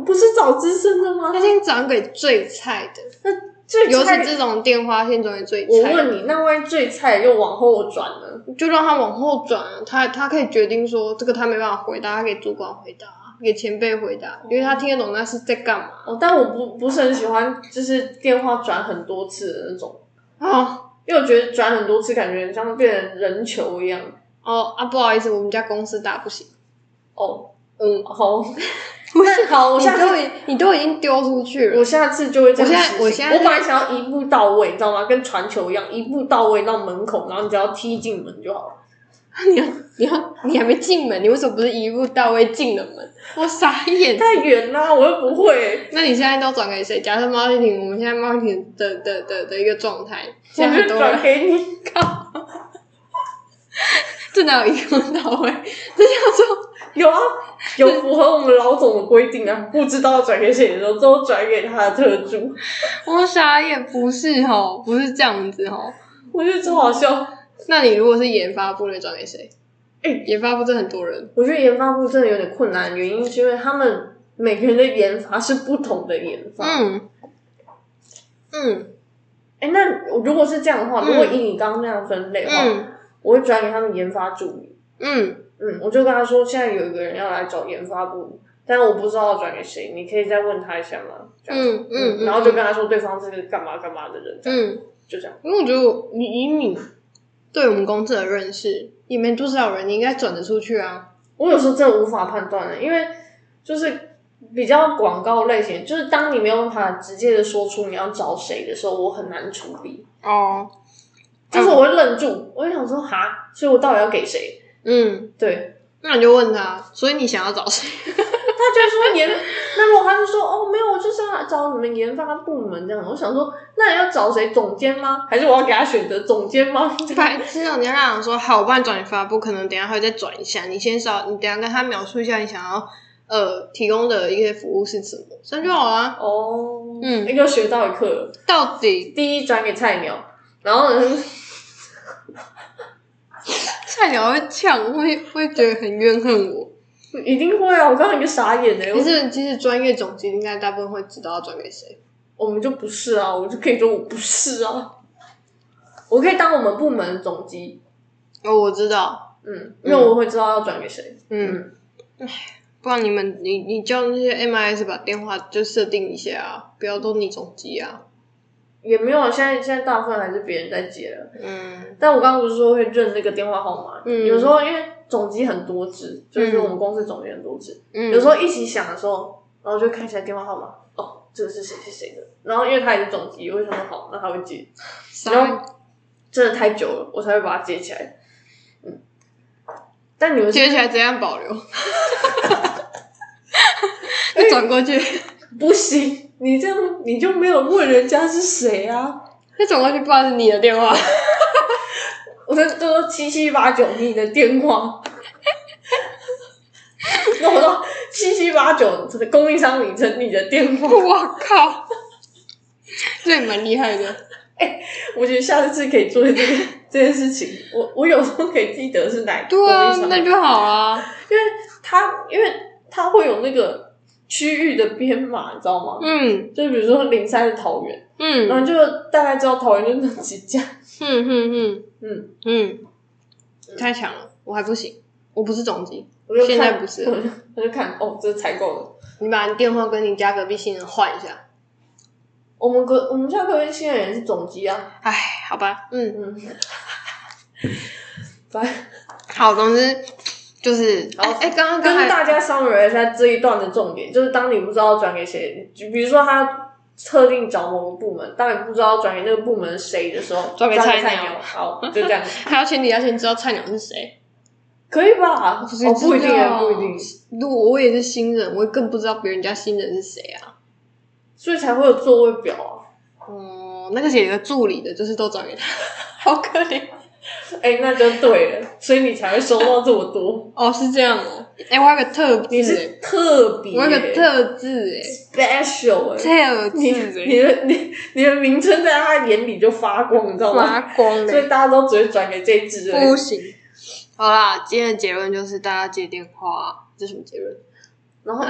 Speaker 2: 不是找资深的吗
Speaker 1: 他？先转给最菜的，
Speaker 2: 最
Speaker 1: 尤其
Speaker 2: 菜，
Speaker 1: 这种电话先转给最
Speaker 2: 我
Speaker 1: 菜的，
Speaker 2: 问你，那万一最菜又往后转呢？
Speaker 1: 就让他往后转啊。他他可以决定说这个他没办法回答，他给主管回答，啊给前辈回答，因为他听得懂那是在干嘛
Speaker 2: 哦，但我不不是很喜欢，就是电话转很多次的那种，
Speaker 1: 啊。
Speaker 2: 因为我觉得转很多次感觉很像变成人球一样。
Speaker 1: 哦啊，不好意思，我们家公司大不行。
Speaker 2: 哦，
Speaker 1: 嗯，
Speaker 2: 好，那好，我
Speaker 1: 你
Speaker 2: 下次
Speaker 1: 都已你都已经丢出去了
Speaker 2: 我，下次就会这样
Speaker 1: 我现在我现
Speaker 2: 执行
Speaker 1: 在
Speaker 2: 我本来想要一步到位，你知道吗？跟传球一样，一步到位到门口，然后你只要踢进门就好了。
Speaker 1: 你要你要你还没进门，你为什么不是一步到位进了门？我傻眼。
Speaker 2: 太远啦，我又不会。
Speaker 1: 那你现在都转给谁？假设 marketing，我们现在 marketing 的的的的一个状态，
Speaker 2: 我
Speaker 1: 现在很
Speaker 2: 就
Speaker 1: 多
Speaker 2: 转
Speaker 1: 人
Speaker 2: 给你，
Speaker 1: 这哪有一步到位？这叫做
Speaker 2: 有啊，有符合我们老总的规定啊。不知道转给谁的时候，都转给他的特助，
Speaker 1: 我傻眼，不是哦，不是这样子哦。
Speaker 2: 我觉得超好
Speaker 1: 嗯
Speaker 2: 笑。
Speaker 1: 那你如果是研发部，你转给谁？
Speaker 2: 哎
Speaker 1: 研发部这很多人，
Speaker 2: 我觉得研发部真的有点困难，原因是因为他们每个人的研发是不同的研发。
Speaker 1: 嗯嗯
Speaker 2: 哎、那如果是这样的话，
Speaker 1: 嗯
Speaker 2: 如果以你刚刚那样分类的话，
Speaker 1: 嗯
Speaker 2: 我会转给他们研发助理。
Speaker 1: 嗯
Speaker 2: 嗯，我就跟他说，现在有一个人要来找研发部，但我不知道要转给谁，你可以再问他一下吗？这样，
Speaker 1: 嗯嗯嗯
Speaker 2: 然后就跟他说对方是个干嘛干嘛的人，这样，
Speaker 1: 嗯，
Speaker 2: 就这样。
Speaker 1: 因为我觉得我你以你对我们公司的认识，也没多少人，你应该转得出去啊。
Speaker 2: 我有时候真的无法判断的，因为就是比较广告类型，就是当你没有办法直接的说出你要找谁的时候，我很难处理，
Speaker 1: 哦，
Speaker 2: 就是我会愣住，我就想说哈，所以我到底要给谁？
Speaker 1: 嗯，
Speaker 2: 对，
Speaker 1: 那你就问他，所以你想要找谁？
Speaker 2: 他就会说研， 那如果他就说哦没有，我就是要找你们研发部门这样，我想说那你要找谁？总监吗？还是我要给他选择总监吗？
Speaker 1: 白痴哦！你要让他说好，我帮你转发不可能等一下还会再转一下。你先少，你等一下跟他描述一下你想要呃提供的一些服务是什么，这样就好啊啦。
Speaker 2: 哦，
Speaker 1: 嗯
Speaker 2: 又学到一课了。
Speaker 1: 到底
Speaker 2: 第一转给菜鸟，然后呢？
Speaker 1: 菜鸟会呛，会会觉得很怨恨我。
Speaker 2: 一定会啊！我刚刚一个傻眼的、欸，我
Speaker 1: 其实其实专业总结应该大部分会知道要转给谁。
Speaker 2: 我们就不是啊，我就可以说我不是啊，我可以当我们部门的总机，
Speaker 1: 哦，我知道，
Speaker 2: 嗯，因为我会知道要转给谁，
Speaker 1: 嗯，
Speaker 2: 嗯，
Speaker 1: 不然你们你你叫那些 MIS 把电话就设定一下啊，不要都你总机啊。
Speaker 2: 也没有啊，现在现在大部分还是别人在接了，
Speaker 1: 嗯
Speaker 2: 但我刚刚不是说会认那个电话号码，
Speaker 1: 嗯
Speaker 2: 有时候因为总机很多只，就是我们公司总机很多只，
Speaker 1: 嗯，
Speaker 2: 有时候一起响的时候，然后就看一下电话号码，哦，这个是谁谁谁的，然后因为他也是总机，我就想说好，那他会接，
Speaker 1: 稍
Speaker 2: 然后真的太久了，我才会把它接起来，嗯，但你们
Speaker 1: 微
Speaker 2: 是
Speaker 1: 接起来怎样保留？ 就转过去，
Speaker 2: 不行，你这样你就没有问人家是谁啊？
Speaker 1: 就转过去，不然是你的电话。
Speaker 2: 我这都七七八九你的电话， 那我说七七八九供应商名称你的电话，
Speaker 1: 我靠，这也蛮厉害的。
Speaker 2: 我觉得下次可以做这个这件事情。我我有时候可以记得是哪个供
Speaker 1: 对啊
Speaker 2: 应，商，
Speaker 1: 那就好啊。
Speaker 2: 因为他因为他会有那个区域的编码，你知道吗？
Speaker 1: 嗯
Speaker 2: 就比如说零三是桃园，
Speaker 1: 嗯
Speaker 2: 然后就大概知道桃园就那几家，
Speaker 1: 嗯嗯
Speaker 2: 嗯。
Speaker 1: 嗯嗯，太强了，我还不行，我不是总机。
Speaker 2: 我就看
Speaker 1: 现在不是
Speaker 2: 我就 我就看哦，这是采购的。
Speaker 1: 你把你电话跟你家隔壁新人换一下。
Speaker 2: 我们隔我们家隔壁新人也是总机啊，
Speaker 1: 哎，好吧，嗯，
Speaker 2: 嗯，反正
Speaker 1: 好，总之就是，
Speaker 2: 好
Speaker 1: 哎哎，刚刚刚
Speaker 2: 跟
Speaker 1: 才
Speaker 2: 大家 summary 一下这一段的重点，就是当你不知道转给谁，就比如说他特定找某个部门，当你不知道转给那个部门谁的时候，
Speaker 1: 转给菜
Speaker 2: 菜
Speaker 1: 鸟
Speaker 2: 好，就这样，
Speaker 1: 还要前提要先知道菜鸟是谁。
Speaker 2: 可以吧？哦，
Speaker 1: 谁知道
Speaker 2: 不一定啊，不一定，
Speaker 1: 如果我也是新人，我更不知道别人家新人是谁啊。
Speaker 2: 所以才会有座位表啊。
Speaker 1: 哦、那个写个助理的，就是都转给他， 好可怜。
Speaker 2: 哎、那就对了，所以你才会收到这么多。
Speaker 1: 哦，是这样哦。哎、我有个特质、
Speaker 2: 你
Speaker 1: 欸
Speaker 2: 是，特别，
Speaker 1: 我有个特质、欸，
Speaker 2: special 哎、
Speaker 1: 哎，特
Speaker 2: 你
Speaker 1: 质、
Speaker 2: 你的你你的名称在他眼里就发光，你知道吗？
Speaker 1: 发光欸
Speaker 2: 所
Speaker 1: 嘞、
Speaker 2: 以大家都只会转给这一只而
Speaker 1: 不
Speaker 2: 已。
Speaker 1: 行。好啦，今天的结论就是大家接电话，这是什么结论？
Speaker 2: 然后，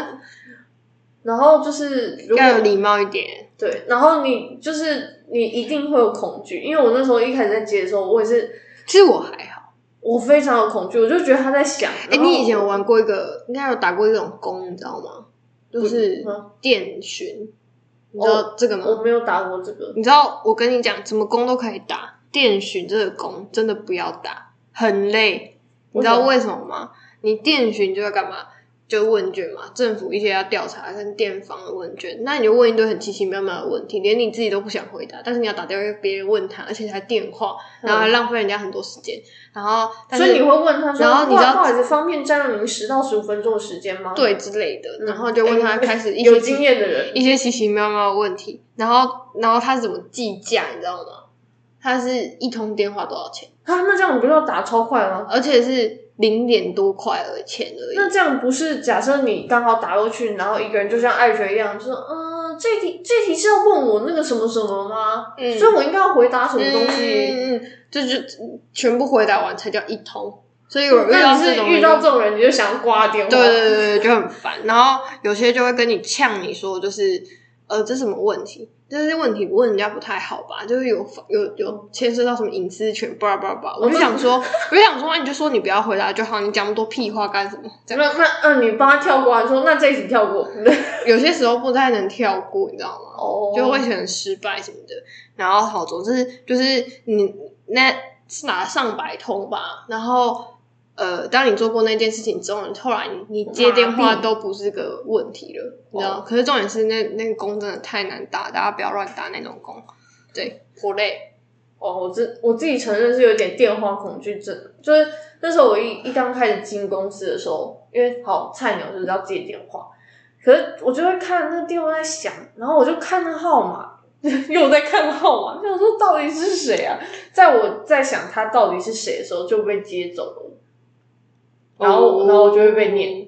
Speaker 2: 然后就是如果
Speaker 1: 要有礼貌一点。
Speaker 2: 对，然后你就是你一定会有恐惧，因为我那时候一开始在接的时候，我也是
Speaker 1: 其实我还好。
Speaker 2: 我非常有恐惧，我就觉得他在想。
Speaker 1: 哎、
Speaker 2: 哎、
Speaker 1: 你以前有玩过一个，应该有打过一种工，你知道吗？就是
Speaker 2: 嗯
Speaker 1: 电巡，你知道这个吗？
Speaker 2: 我没有打过这个，
Speaker 1: 你知道我跟你讲，什么工都可以打，电巡这个工真的不要打，很累。你知道为什么吗？你电巡就要干嘛？就问卷嘛，政府一些要调查跟电访的问卷，那你就问一堆很奇奇妙妙的问题，连你自己都不想回答，但是你要打电话给别人问他，而且还电话，然后还浪费人家很多时间，然后但
Speaker 2: 嗯所
Speaker 1: 是
Speaker 2: 以你会问他说：“
Speaker 1: 然后你知道
Speaker 2: 不好意思，方便占用您十到十五分钟的时间吗？”
Speaker 1: 对之类的，
Speaker 2: 嗯，
Speaker 1: 然后就问他
Speaker 2: 哎
Speaker 1: 开始一些
Speaker 2: 有
Speaker 1: 奇
Speaker 2: 经验的人，
Speaker 1: 一些奇奇妙妙的问题，然后然后他是怎么计价，你知道吗？他是一通电话多少钱？
Speaker 2: 啊，那这样你不是要打超快吗？
Speaker 1: 而且是零点多块而钱而
Speaker 2: 那
Speaker 1: 已。
Speaker 2: 这样不是假设你刚好打过去，然后一个人就像艾雪一样，就说：“嗯，这题这题是要问我那个什么什么吗？
Speaker 1: 嗯
Speaker 2: 所以我应该要回答什么东西？”
Speaker 1: 嗯嗯嗯，这就全部回答完才叫一通。所以嗯我遇
Speaker 2: 那
Speaker 1: 到
Speaker 2: 你
Speaker 1: 这
Speaker 2: 是
Speaker 1: 种
Speaker 2: 遇
Speaker 1: 人
Speaker 2: 到
Speaker 1: 就，
Speaker 2: 这种人，你就想要挂电话？
Speaker 1: 对对对对，就很烦。然后有些就会跟你呛你说，就是呃，这什么问题？这些问题问人家不太好吧？就是有有有牵涉到什么隐私权，巴拉巴拉巴拉。我就想说，我就想说，啊你就说你不要回答就好，你讲那么多屁话干什么？这样
Speaker 2: 那那嗯，你帮他跳过，你说那这一题跳过，
Speaker 1: 有些时候不太能跳过，你知道吗？
Speaker 2: 哦
Speaker 1: 就会很失败什么的。然后好，总之就是你那是拿上百通吧，然后呃，当你做过那件事情之后，你后来你你接电
Speaker 2: 麻
Speaker 1: 话
Speaker 2: 痹
Speaker 1: 都不是个问题了，你知道吗
Speaker 2: 哦
Speaker 1: 可是重点是那那个工真的太难打，大家不要乱打那种工，对，不累。
Speaker 2: 哦，我自我自己承认是有点电话恐惧症，就是那时候我一一刚开始进公司的时候，因为好菜鸟就是要接电话，可是我就会看那个电话在响，然后我就看那号码， 又在看号码，就想说到底是谁啊？在我在想他到底是谁的时候，就被接走了，然后、
Speaker 1: 哦
Speaker 2: 然后我就会被念，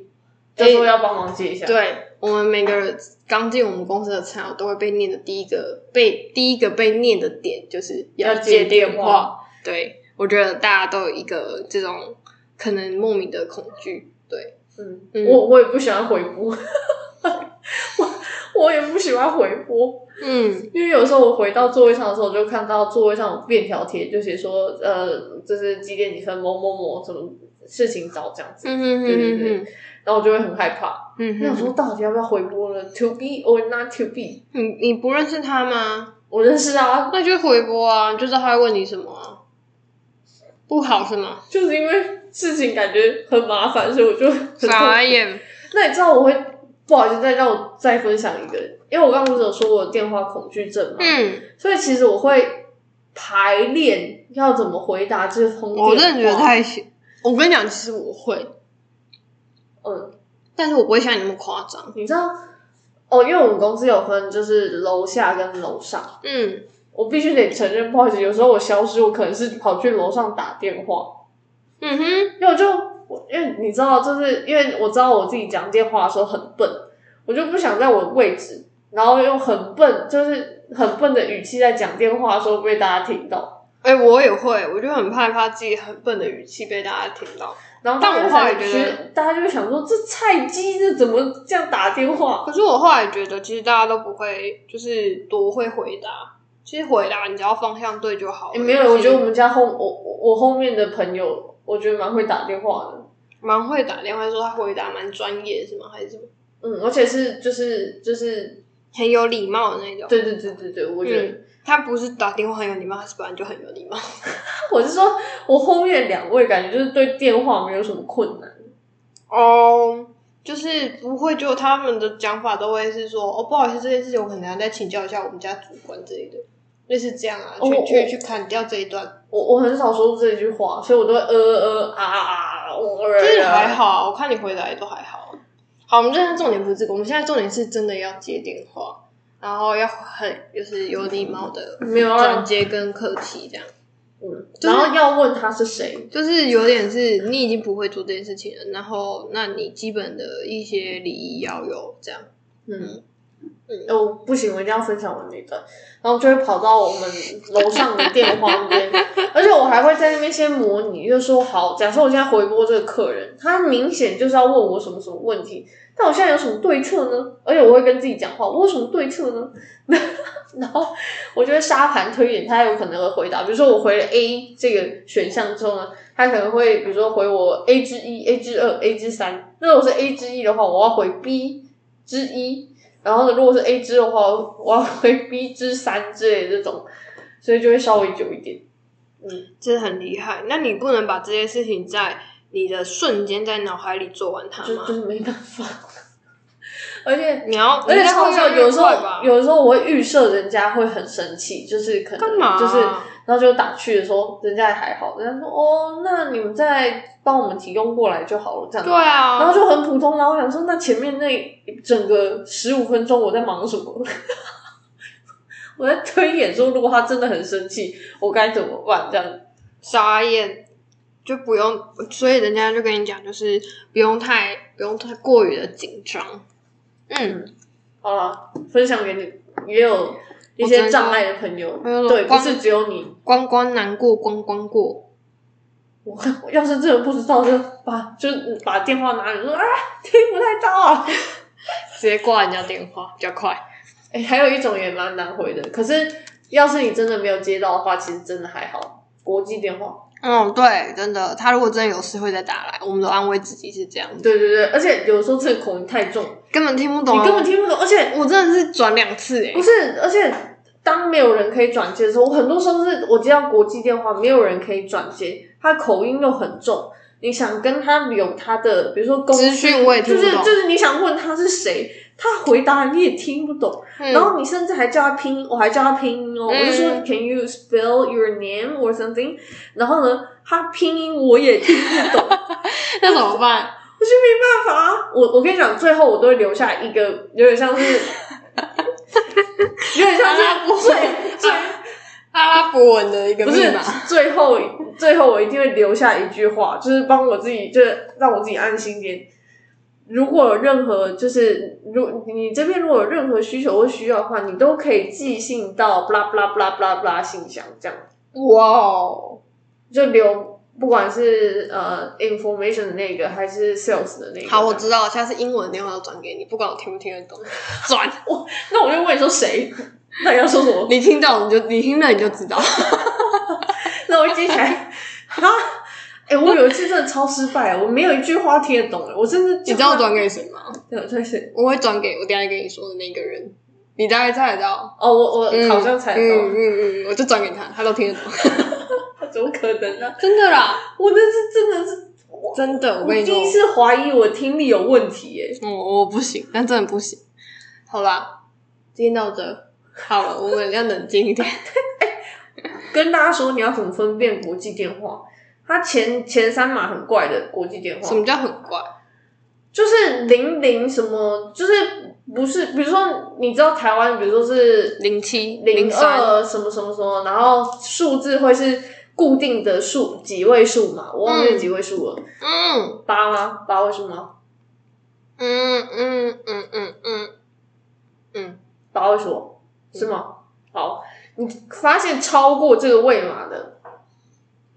Speaker 2: 就说要帮忙接一下，
Speaker 1: 对我们每个人刚进我们公司的菜鸟都会被念的第一个被第一个被念的点就是
Speaker 2: 要
Speaker 1: 接
Speaker 2: 接
Speaker 1: 电
Speaker 2: 电
Speaker 1: 话
Speaker 2: 话。
Speaker 1: 对，我觉得大家都有一个这种可能莫名的恐惧。对，
Speaker 2: 嗯，
Speaker 1: 嗯
Speaker 2: 我我也不喜欢回拨， 我我也不喜欢回拨。
Speaker 1: 嗯，
Speaker 2: 因为有时候我回到座位上的时候，我就看到座位上有便条贴，就写说呃，就是几点几分某某某什么事情找这样子，
Speaker 1: 嗯哼
Speaker 2: 对
Speaker 1: 哼
Speaker 2: 对
Speaker 1: 哼
Speaker 2: 然后我就会很害怕。
Speaker 1: 嗯
Speaker 2: 那我
Speaker 1: 哼，
Speaker 2: 说到底要不要回拨呢？To be or not to be？
Speaker 1: 你嗯你不认识他吗？
Speaker 2: 我认识啊，
Speaker 1: 那就回拨啊，你就知道他会问你什么啊。不好是吗？
Speaker 2: 就是因为事情感觉很麻烦，所以我就很痛
Speaker 1: 傻
Speaker 2: 苦。
Speaker 1: 眼。
Speaker 2: 那你知道我会不好意思再让我再分享一个，因为我刚刚不是有说我有电话恐惧症嘛，
Speaker 1: 嗯，
Speaker 2: 所以其实我会排练要怎么回答这通电话。
Speaker 1: 我真的觉得太……我跟你讲，其实我会，
Speaker 2: 嗯。
Speaker 1: 但是我不会像你那么夸张。
Speaker 2: 你知道哦，因为我们公司有分就是楼下跟楼上，
Speaker 1: 嗯，
Speaker 2: 我必须得承认，不好意思，有时候我消失，我可能是跑去楼上打电话，
Speaker 1: 嗯哼，
Speaker 2: 因为我就我因为你知道，就是因为我知道我自己讲电话的时候很笨，我就不想在我的位置，然后用很笨，就是很笨的语气在讲电话的时候被大家听到。
Speaker 1: 哎、我也会，我就很害怕自己很笨的语气被大家听到。
Speaker 2: 然后
Speaker 1: 但
Speaker 2: 大家
Speaker 1: 我
Speaker 2: 就
Speaker 1: 后来
Speaker 2: 想
Speaker 1: 觉
Speaker 2: 学
Speaker 1: 得，
Speaker 2: 大家就会想说，这菜鸡这怎么这样打电话？
Speaker 1: 可是我后来觉得，其实大家都不会，就是多会回答。其实回答你只要方向对就好了。
Speaker 2: 诶哎没有，我觉得我们家后我我我后面的朋友，我觉得蛮会打电话的。
Speaker 1: 蛮会打电话，说他回答蛮专业是吗？还是什么？
Speaker 2: 嗯，而且是就是就是，
Speaker 1: 很有礼貌的那种。
Speaker 2: 对对对对对，我觉得、
Speaker 1: 嗯，他不是打电话很有礼貌，他是本来就很有礼貌。
Speaker 2: 我是说，我后面两位感觉就是对电话没有什么困难。
Speaker 1: 哦、 就是不会，就他们的讲法都会是说，哦，不好意思，这件事情我可能要再请教一下我们家主管之类的，类似这样啊，
Speaker 2: 哦
Speaker 1: 去、
Speaker 2: 我
Speaker 1: 去去砍掉这一段，
Speaker 2: 我我很少说这句话，所以我都会呃呃啊啊啊，我
Speaker 1: 其实还。好啊，我看你回答也都还好啊。好，我们现在重点不是这个，我们现在重点是真的要接电话，然后要很就是有礼貌的
Speaker 2: 没有啊
Speaker 1: 转，接跟客气这样。
Speaker 2: 嗯，
Speaker 1: 就是
Speaker 2: 然后要问他是谁，
Speaker 1: 就是有点是你已经不会做这件事情了，然后那你基本的一些礼仪要有这样。
Speaker 2: 嗯
Speaker 1: 嗯
Speaker 2: 嗯，哦，不行，我一定要分享我那段，然后就会跑到我们楼上的电话那边，而且我还会在那边先模拟，就是说好，假设我现在回拨这个客人，他明显就是要问我什么什么问题，但我现在有什么对策呢？而且我会跟自己讲话，我有什么对策呢？ 然后我就会沙盘推演，他有可能会回答，比如说我回了 A 这个选项之后呢，他可能会比如说回我 A 之一、A 之二、A 之三。那如果是 A 之一的话，我要回 B 之一；然后呢，如果是 A 之二的话，我要回 B 之三之类的这种，所以就会稍微久一点。
Speaker 1: 这很厉害。那你不能把这些事情在你的瞬间在脑海里做完它
Speaker 2: 就
Speaker 1: 吗
Speaker 2: 就？是没办法。而且
Speaker 1: 你要，
Speaker 2: 而且
Speaker 1: 超
Speaker 2: 超笑，有时
Speaker 1: 吧
Speaker 2: 候？有时候我会预设人家会很生气，就是可能
Speaker 1: 干嘛啊
Speaker 2: 就是然后就打趣的时候，人家也还好，人家说哦，那你们再帮我们提供过来就好了，这样。
Speaker 1: 对。啊，
Speaker 2: 然后就很普通，然后我想说，那前面那整个十五分钟我在忙什么？ 我在推演说，如果他真的很生气，我该怎么办？这样
Speaker 1: 傻眼，就不用。所以人家就跟你讲，就是不用太不用太过于的紧张。嗯，
Speaker 2: 好了，分享给你也有一些障碍的朋友，
Speaker 1: 我真的
Speaker 2: 对，不
Speaker 1: 光
Speaker 2: 是只有你。
Speaker 1: 关关难过关关过。
Speaker 2: 我我要是真的不知道，就把就把电话拿你说啊，听不太到啊。
Speaker 1: 直接挂人家电话比较快。
Speaker 2: 哎、还有一种也蛮难回的，可是要是你真的没有接到的话，其实真的还好。国际电话，
Speaker 1: 嗯，对，真的，他如果真的有事会再打来，我们都安慰自己是这样，
Speaker 2: 对对对，而且有时候这个口音太重，
Speaker 1: 根本听不懂
Speaker 2: 你
Speaker 1: 啊，
Speaker 2: 根本听不懂，而且
Speaker 1: 我真的是转两次哎、
Speaker 2: 不是，而且当没有人可以转接的时候，我很多时候是我接到国际电话，没有人可以转接，他口音又很重，你想跟他有他的，比如说公
Speaker 1: 资讯我也听
Speaker 2: 就
Speaker 1: 不
Speaker 2: 是
Speaker 1: 懂，
Speaker 2: 就是你想问他是谁，他回答你也听不懂，
Speaker 1: 嗯
Speaker 2: 然后你甚至还叫他拼音，我还叫他拼音哦，
Speaker 1: 嗯
Speaker 2: 我就说 Can you spell your name or something？然后呢，他拼音我也听 不懂，
Speaker 1: 那怎么办？
Speaker 2: 我就没办法啊。我我跟你讲，最后我都会留下一个，有点像是，有点像
Speaker 1: 阿拉伯
Speaker 2: 是最 最
Speaker 1: 阿拉伯文的一个
Speaker 2: 不
Speaker 1: 密
Speaker 2: 是
Speaker 1: 码，
Speaker 2: 最后最后我一定会留下一句话，就是帮我自己，就是让我自己安心点。如果有任何就是，如你这边如果有任何需求或需要的话，你都可以寄信到 blah blah blah blah blah 信箱，这样
Speaker 1: 哇哦，
Speaker 2: 就留不管是呃 information 的那个还是 sales 的那个。
Speaker 1: 好，我
Speaker 2: 这样
Speaker 1: 知道，下次英文的电话都转给你，不管我听不听得 懂，转，
Speaker 2: 那我就问你说谁？ 那你要说什么？
Speaker 1: 你听到你就你听了你就知 道，
Speaker 2: 那我记起 来啊！哎、我有一次真的超失败，啊我没有一句话听得懂，我真的
Speaker 1: 你知道我转给谁吗？
Speaker 2: 对，我在想
Speaker 1: 我会转给我等一下跟你说的那个人，你大概猜得到，
Speaker 2: 哦，我我
Speaker 1: 嗯
Speaker 2: 好像猜
Speaker 1: 嗯
Speaker 2: 到，
Speaker 1: 嗯嗯嗯，我就转给他，他都听得懂，
Speaker 2: 怎么可能呢、
Speaker 1: 真的啦，
Speaker 2: 我那是真的是，我
Speaker 1: 真的，我
Speaker 2: 我
Speaker 1: 跟你说
Speaker 2: 第一，次怀疑我听力有问题耶。
Speaker 1: 嗯，我不行，但真的不行，好啦，今天到这，好了，我们要冷静 一点，
Speaker 2: 跟大家说，你要怎么分辨国际电话？它前前三码很怪的国际电话，
Speaker 1: 什么叫很怪？
Speaker 2: 就是零零什么，就是不是，比如说你知道台湾，比如说是
Speaker 1: 零七
Speaker 2: 零
Speaker 1: 三，
Speaker 2: 二什么什么什么，然后数字会是固定的数几位数嘛？我忘记是几位数了，
Speaker 1: 嗯
Speaker 2: 八吗？八位数吗？
Speaker 1: 嗯嗯嗯嗯嗯嗯，
Speaker 2: 八位数是吗？好，你发现超过这个位码的，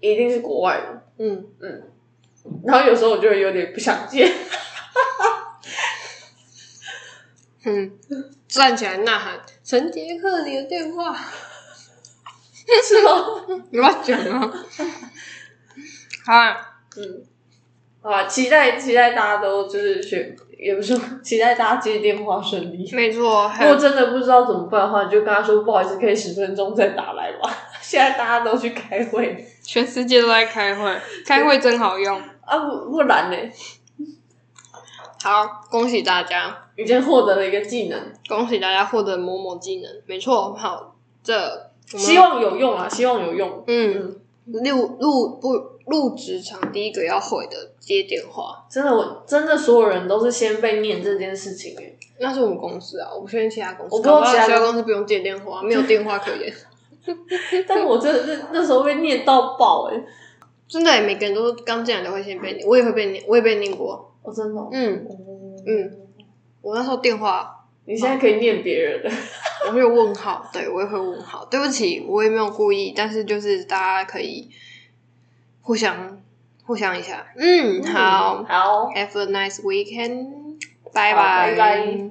Speaker 2: 一定是国外的。
Speaker 1: 嗯，
Speaker 2: 然后有时候我就会有点不想接，
Speaker 1: 嗯，站起来呐喊，陈杰克，你的电话，
Speaker 2: 是吗？
Speaker 1: 你要讲啊，好啊，
Speaker 2: 嗯，好啊，期待期待大家都就是学，也不是说期待大家接电话顺利。
Speaker 1: 没错，
Speaker 2: 如
Speaker 1: 还
Speaker 2: 果
Speaker 1: 有
Speaker 2: 真的不知道怎么办的话，你就跟他说不好意思，可以十分钟再打来吧。 现在大家都去开会
Speaker 1: 全世界都在开会，开会真好用，
Speaker 2: 啊，不不然呢？
Speaker 1: 好，恭喜大家，
Speaker 2: 已经获得了一个技能，
Speaker 1: 恭喜大家获得某某技能，没错，好，这我们
Speaker 2: 希望有用啊，希望有用。
Speaker 1: 嗯，入入不入职场第一个要会的接电话，
Speaker 2: 真的，我真的所有人都是先被念这件事情哎。
Speaker 1: 那是我们公司啊，我不确定其他公司。
Speaker 2: 我不知道
Speaker 1: 搞好
Speaker 2: 其他公司
Speaker 1: 公司不用接电话，没有电话可 言。
Speaker 2: 但我真的是那时候被念到爆哎，
Speaker 1: 真的耶，每个人都刚进来都会先被念，我也会被念，我也被念过。
Speaker 2: 我真的哦。
Speaker 1: 嗯，嗯我那时候电话，
Speaker 2: 你现在可以念别人了，
Speaker 1: 我会有问号，对我也会问号。对不起，我也没有故意，但是就是大家可以互相互相一下。嗯，好
Speaker 2: 好。
Speaker 1: ，Have a nice weekend，
Speaker 2: 好拜拜